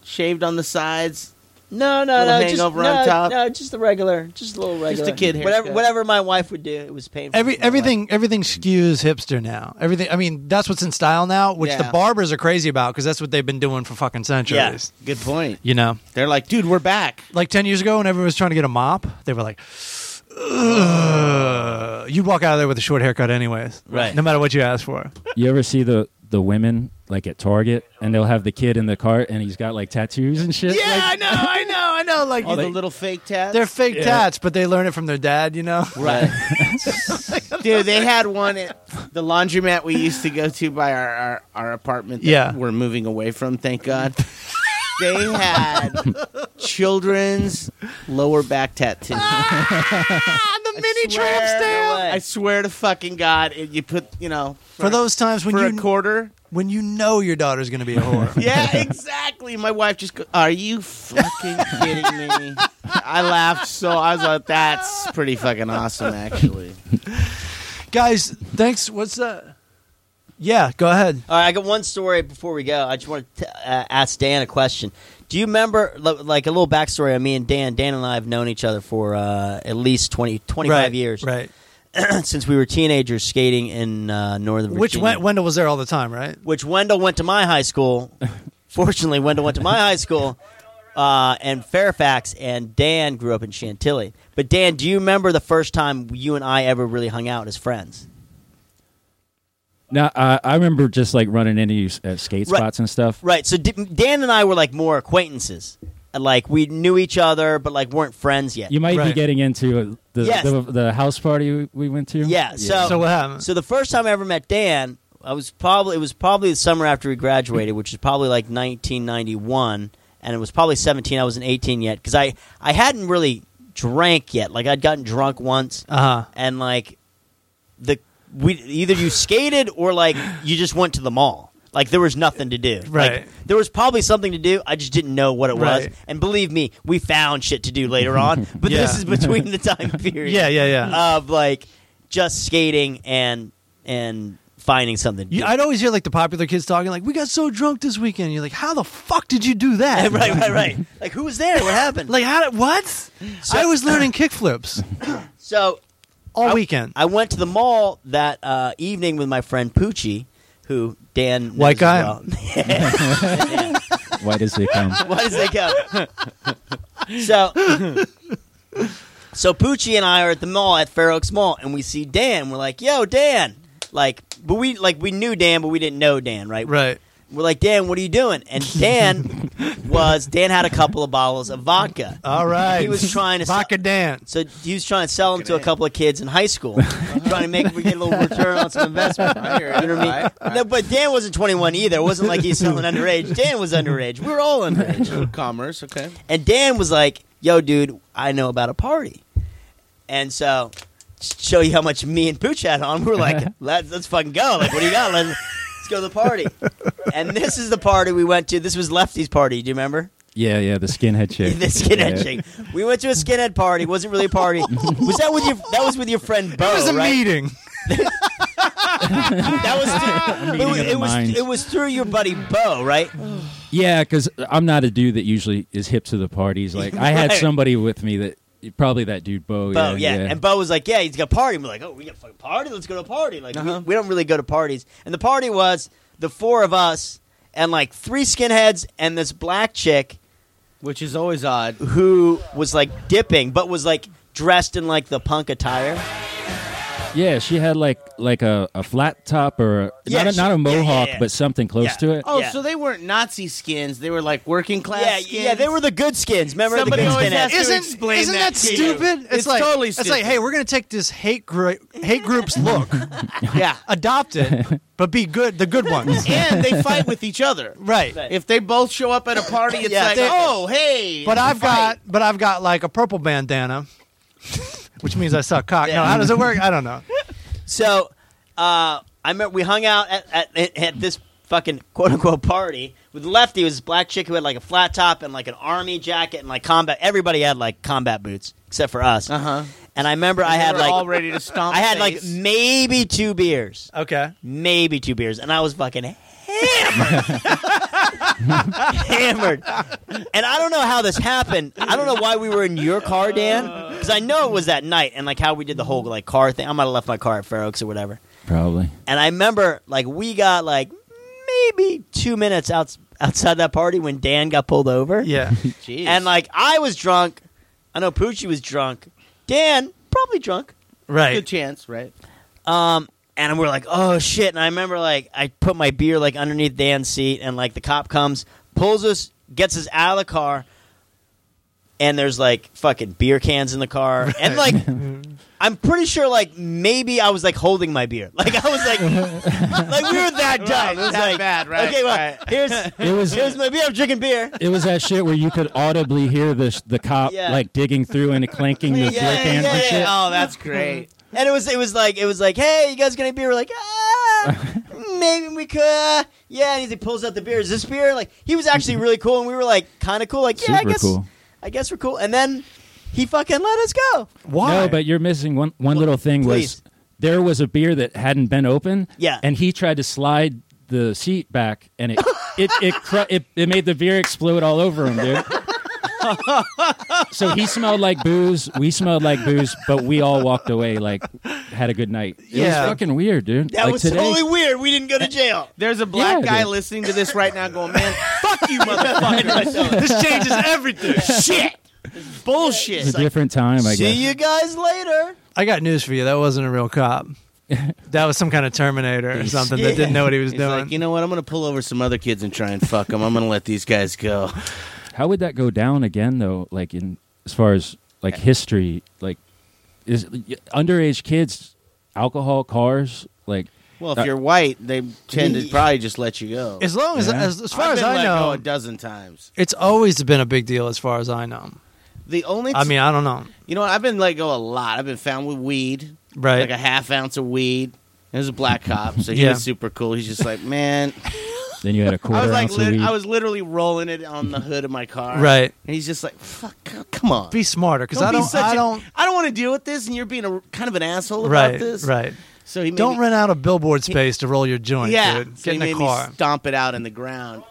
shaved on the sides. No, no, Little no. Just, hangover no, on top. no, just the regular, just a little Just a regular, kid Whatever, haircut. whatever my wife would do, it was painful. Every for my wife. everything everything skews hipster now. Everything. I mean, that's what's in style now, which Yeah. the barbers are crazy about because that's what they've been doing for fucking centuries. Good point. You know, They're like, dude, we're back. like 10 years ago when everyone was trying to get a mop, they were like, Ugh. you'd walk out of there with a short haircut anyways. Right. No matter what you ask for. You ever see the the women like at Target and they'll have the kid in the cart and he's got like tattoos and shit? Yeah, Like, I know, I know, I know. Like all they- the little fake tats. They're fake Yeah. tats, but they learn it from their dad, you know? right, dude. They had one at the laundromat we used to go to by our our, our apartment. That Yeah. we're moving away from. Thank God. They had children's lower back tattoo. the Ah, mini tramp stamp. I swear to fucking God, if you put you know For those times when for a you quarter. when you know your daughter's going to be a whore. Yeah, exactly. My wife just go, Are you fucking kidding me? I laughed so I was like, That's pretty fucking awesome, actually. Guys, thanks. What's that? Yeah, go ahead. All right, I got one story before we go. I just want to uh, ask Dan a question. Do you remember, li- like, a little backstory on me and Dan? Dan and I have known each other for uh, at least 20, 25 right. years Right. since we were teenagers skating in uh, Northern Virginia. Which Wen- Wendell was there all the time, right? which Wendell went to my high school. Fortunately, Wendell went to my high school uh, and Fairfax, and Dan grew up in Chantilly. But Dan, do you remember the first time you and I ever really hung out as friends? No, I, I remember just like running into you s- at skate Right. spots and stuff. Right. So D- Dan and I were like more acquaintances. And, Like we knew each other, but like weren't friends yet. You might be Right. getting into uh, the, Yes. the the house party we- we went to. yeah, So, So what happened? so the first time I ever met Dan, I was probably it was probably the summer after we graduated, which is probably like 1991, and it was probably 17. I wasn't 18 yet because I I hadn't really drank yet. Like I'd gotten drunk once, uh Uh-huh. huh. and like the we either you skated or like you just went to the mall. Like there was nothing to do. Like, Right. there was probably something to do. I just didn't know what it Right. was. And believe me, we found shit to do later on. But Yeah. this is between the time period. Yeah, yeah, yeah. Of like just skating and and finding something. To You, do. I'd always hear like the popular kids talking, like, "We got so drunk this weekend." You're like, "How the fuck did you do that?" right, right, right. Like who was there? What happened? Like, how? Did, what? I was learning kickflips so all weekend. I went to the mall that uh, evening with my friend Poochie, who Dan knows White as guy? well. Why does it come? Why does that go? so, so Poochie and I are at the mall at Fair Oaks Mall, and we see Dan. We're like, "Yo, Dan!" Like, but we like we knew Dan, but we didn't know Dan, right? right. We're like, "Dan, what are you doing?" And Dan was Dan had a couple of bottles of vodka. All right. He was trying to sell- vodka dance. So he was trying to sell them to a couple of kids in high school, trying to make we get a little return on some investment. You know what I mean? No, but Dan wasn't 21 either. It wasn't like he's selling underage. Dan was underage. We were all underage. Commerce, okay. And Dan was like, "Yo, dude, I know about a party," and so to show you how much me and Pooch had on. We were like, "Let's let's fucking go! Like, what do you got? Let's, let's go to the party." And this is the party we went to. This was Lefty's party. Do you remember Yeah, yeah, the skinhead the chick. skinhead Yeah. chick? We went to a skinhead party. It wasn't really a party. Was that with your? That was with your friend Bo, It was a Oh, right? meeting. That was. meeting it was, of it, was minds. it was through your buddy Bo, right? Yeah, because I'm not a dude that usually is hip to the parties. Like I had Right. somebody with me that probably that dude Bo. Bo, yeah, yeah. And Bo was like, "Yeah, he's got a party." And we're like, "Oh, we got a fucking party. Let's go to a party." Like, we- Uh-huh. we, don't really go to parties. And the party was the four of us and like three skinheads and this black chick which is always odd. who was like dipping, but was like dressed in like the punk attire. yeah, she had like like a, a flat top or a, Yeah, not a, she- not a yeah, yeah, mohawk, yeah. but something close Yeah. to it. Oh, Yeah. so they weren't Nazi skins; they were like working class. yeah, skins. yeah, they were the good skins. Remember Somebody the good always skinheads? asks- Isn't explain isn't that that, to you. stupid? It's like totally It's like, stupid. hey, we're gonna take this hate group hate group's look, yeah. adopt it, but be good, the good ones, and they fight with each other. right? Right. If they both show up at a party, it's Yeah, like, they- oh, hey. But it's a I've fight. got, but I've got like a purple bandana, which means I suck cock. No, Yeah. how does it work? I don't know. So uh, I met, we hung out at, at, at this fucking quote unquote party with Lefty. was this black chick who had like a flat top and like an army jacket and like combat. Everybody had like combat boots except for us. Uh huh. And I remember I had all like ready to stomp. I had like face. maybe two beers, Okay, maybe two beers, and I was fucking hammered, hammered. And I don't know how this happened. I don't know why we were in your car, Dan, because I know it was that night and like how we did the whole like car thing. I might have left my car at Fair Oaks or whatever. Probably. And I remember, like, we got like maybe two minutes out, outside that party when Dan got pulled over. yeah, Jeez. And like, I was drunk. I know Poochie was drunk. Dan probably drunk. good right. chance, right? Um, and we're like, oh shit. And I remember, like, I put my beer like underneath Dan's seat, and like the cop comes, pulls us, gets us out of the car. And there's like fucking beer cans in the car, and like I'm pretty sure like maybe I was like holding my beer, like I was like like we were that dumb. It was like, bad, Okay, well, here's It was here's my beer. I'm drinking beer. it was that shit where you could audibly hear the the cop Yeah. like digging through and clanking the Yeah, beer cans and yeah, shit. Oh, that's great. And it was it was like it was like, hey, you guys gonna beer? We're like, ah, maybe we could. uh, Yeah, and he's- he pulls out the beer. Is this beer? Like he was actually really cool, and we were like kind of cool. Like yeah, I Super guess cool. I guess we're cool. And then he fucking let us go. Why? No, but you're missing one. One Well, little thing please. was there was a beer that hadn't been open. Yeah. and he tried to slide the seat back, and it it it, cru- it it made the beer explode all over him, dude. so he smelled like booze. We smelled like booze, but we all walked away like had a good night. It Yeah. was fucking weird, dude. That like was today, totally weird. We didn't go to jail. There's a black Yeah, guy dude. listening to this right now going, man, fuck you, motherfucker. this changes everything. Shit. it's Bullshit. a different time. I See guess. you guys later. I got news for you. That wasn't a real cop. That was some kind of Terminator or something that didn't know what he was He's doing. like, you know what? I'm going to pull over some other kids and try and fuck them. I'm going to let these guys go. How would that go down again, though? Like in as far as like history, like is underage kids, alcohol, cars, like Well, if you're white, they tend to probably just let you go. as long as, Yeah. as, as far I've as been oh, I let go know, a dozen times. it's always been a big deal. As far as I know, The only I mean, I don't know. you know, what? I've been let go a lot. I've been found with weed, Right. Like a half ounce of weed. And There's a black cop, so he Yeah. was super cool. He's just like, man, Then you had a quarter I was like, ounce of lit- weed. I was literally rolling it on the hood of my car, Right. And he's just like, fuck, c- come on, Be smarter, because Don't I be don't. such I a- don't. I don't want to deal with this, and you're being a kind of an asshole right. about this, Right. So he made Don't me- rent out a billboard space to roll your joint, yeah, dude. so Get he in made a car. me stomp it out in the ground.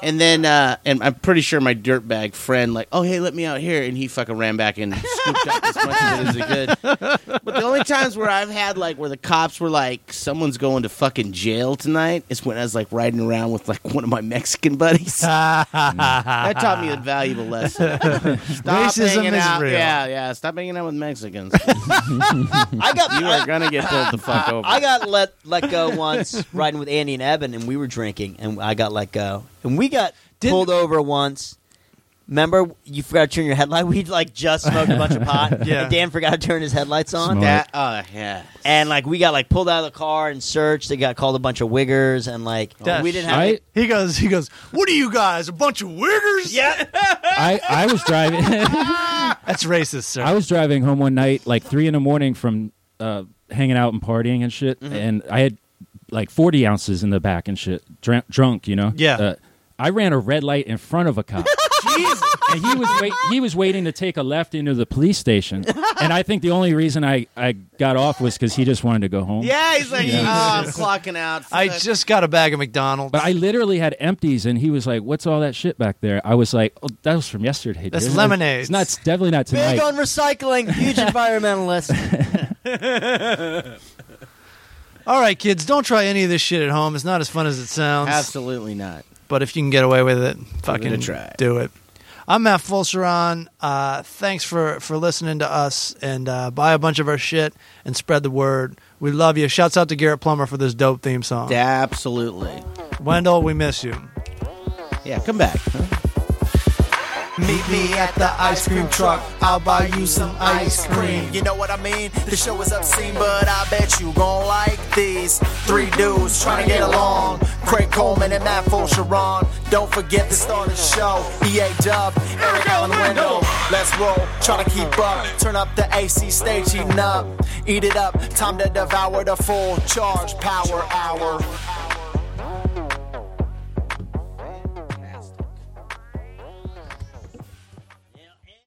And then, uh, and I'm pretty sure my dirtbag friend, like, oh, hey, let me out here. And he fucking ran back and scooped up as much of it as he could. But the only times where I've had, like, where the cops were like, someone's going to fucking jail tonight is when I was, like, riding around with, like, one of my Mexican buddies. that taught me a valuable lesson. Stop Racism hanging is out. real. Yeah, yeah. Stop hanging out with Mexicans. I got you are going to get pulled the fuck over. I got let let go once riding with Andy and Evan, and we were drinking, and I got let go, and we got Didn't- pulled over once. Remember, you forgot to turn your headlight. We like just smoked a bunch of pot. Yeah. and Dan forgot to turn his headlights on, Smart. that. Oh, yeah. and like we got like pulled out of the car and searched. They got called a bunch of wiggers, and like That's we didn't have. I, He goes. He goes. What are you guys? A bunch of wiggers? yeah, I I was driving That's racist, sir. I was driving home one night like three in the morning from uh, hanging out and partying and shit, and I had like forty ounces in the back and shit, dr- drunk, you know. Yeah. Uh, I ran a red light in front of a cop. And he was wait, he was waiting to take a left into the police station, and I think the only reason I, I got off was because he just wanted to go home. Ah, Yeah, he's like, oh, I'm clocking out. I Fuck. just got a bag of McDonald's. But I literally had empties, and he was like, "What's all that shit back there?" I was like, "Oh, that was from yesterday. That's dude. lemonade. It's not it's definitely not tonight." Big on recycling, huge environmentalist. All right, kids, don't try any of this shit at home. It's not as fun as it sounds. absolutely not. But if you can get away with it, fucking try. do it. I'm Matt Fulceron. Uh, thanks for, for listening to us and uh, buy a bunch of our shit and spread the word. We love you. Shouts out to Garrett Plummer for this dope theme song. Absolutely. Wendell, we miss you. Yeah, come back. Meet me at the ice cream truck. I'll buy you some ice cream. You know what I mean? The show is obscene, but I bet you gon' like these three dudes trying to get along. Craig Coleman and Matt Fulcheron. Don't forget to start the show. EA Dub, Eric Allen Wendell. Let's roll, trying to keep up. Turn up the AC, stage heating up. Eat it up, time to devour the full charge power hour.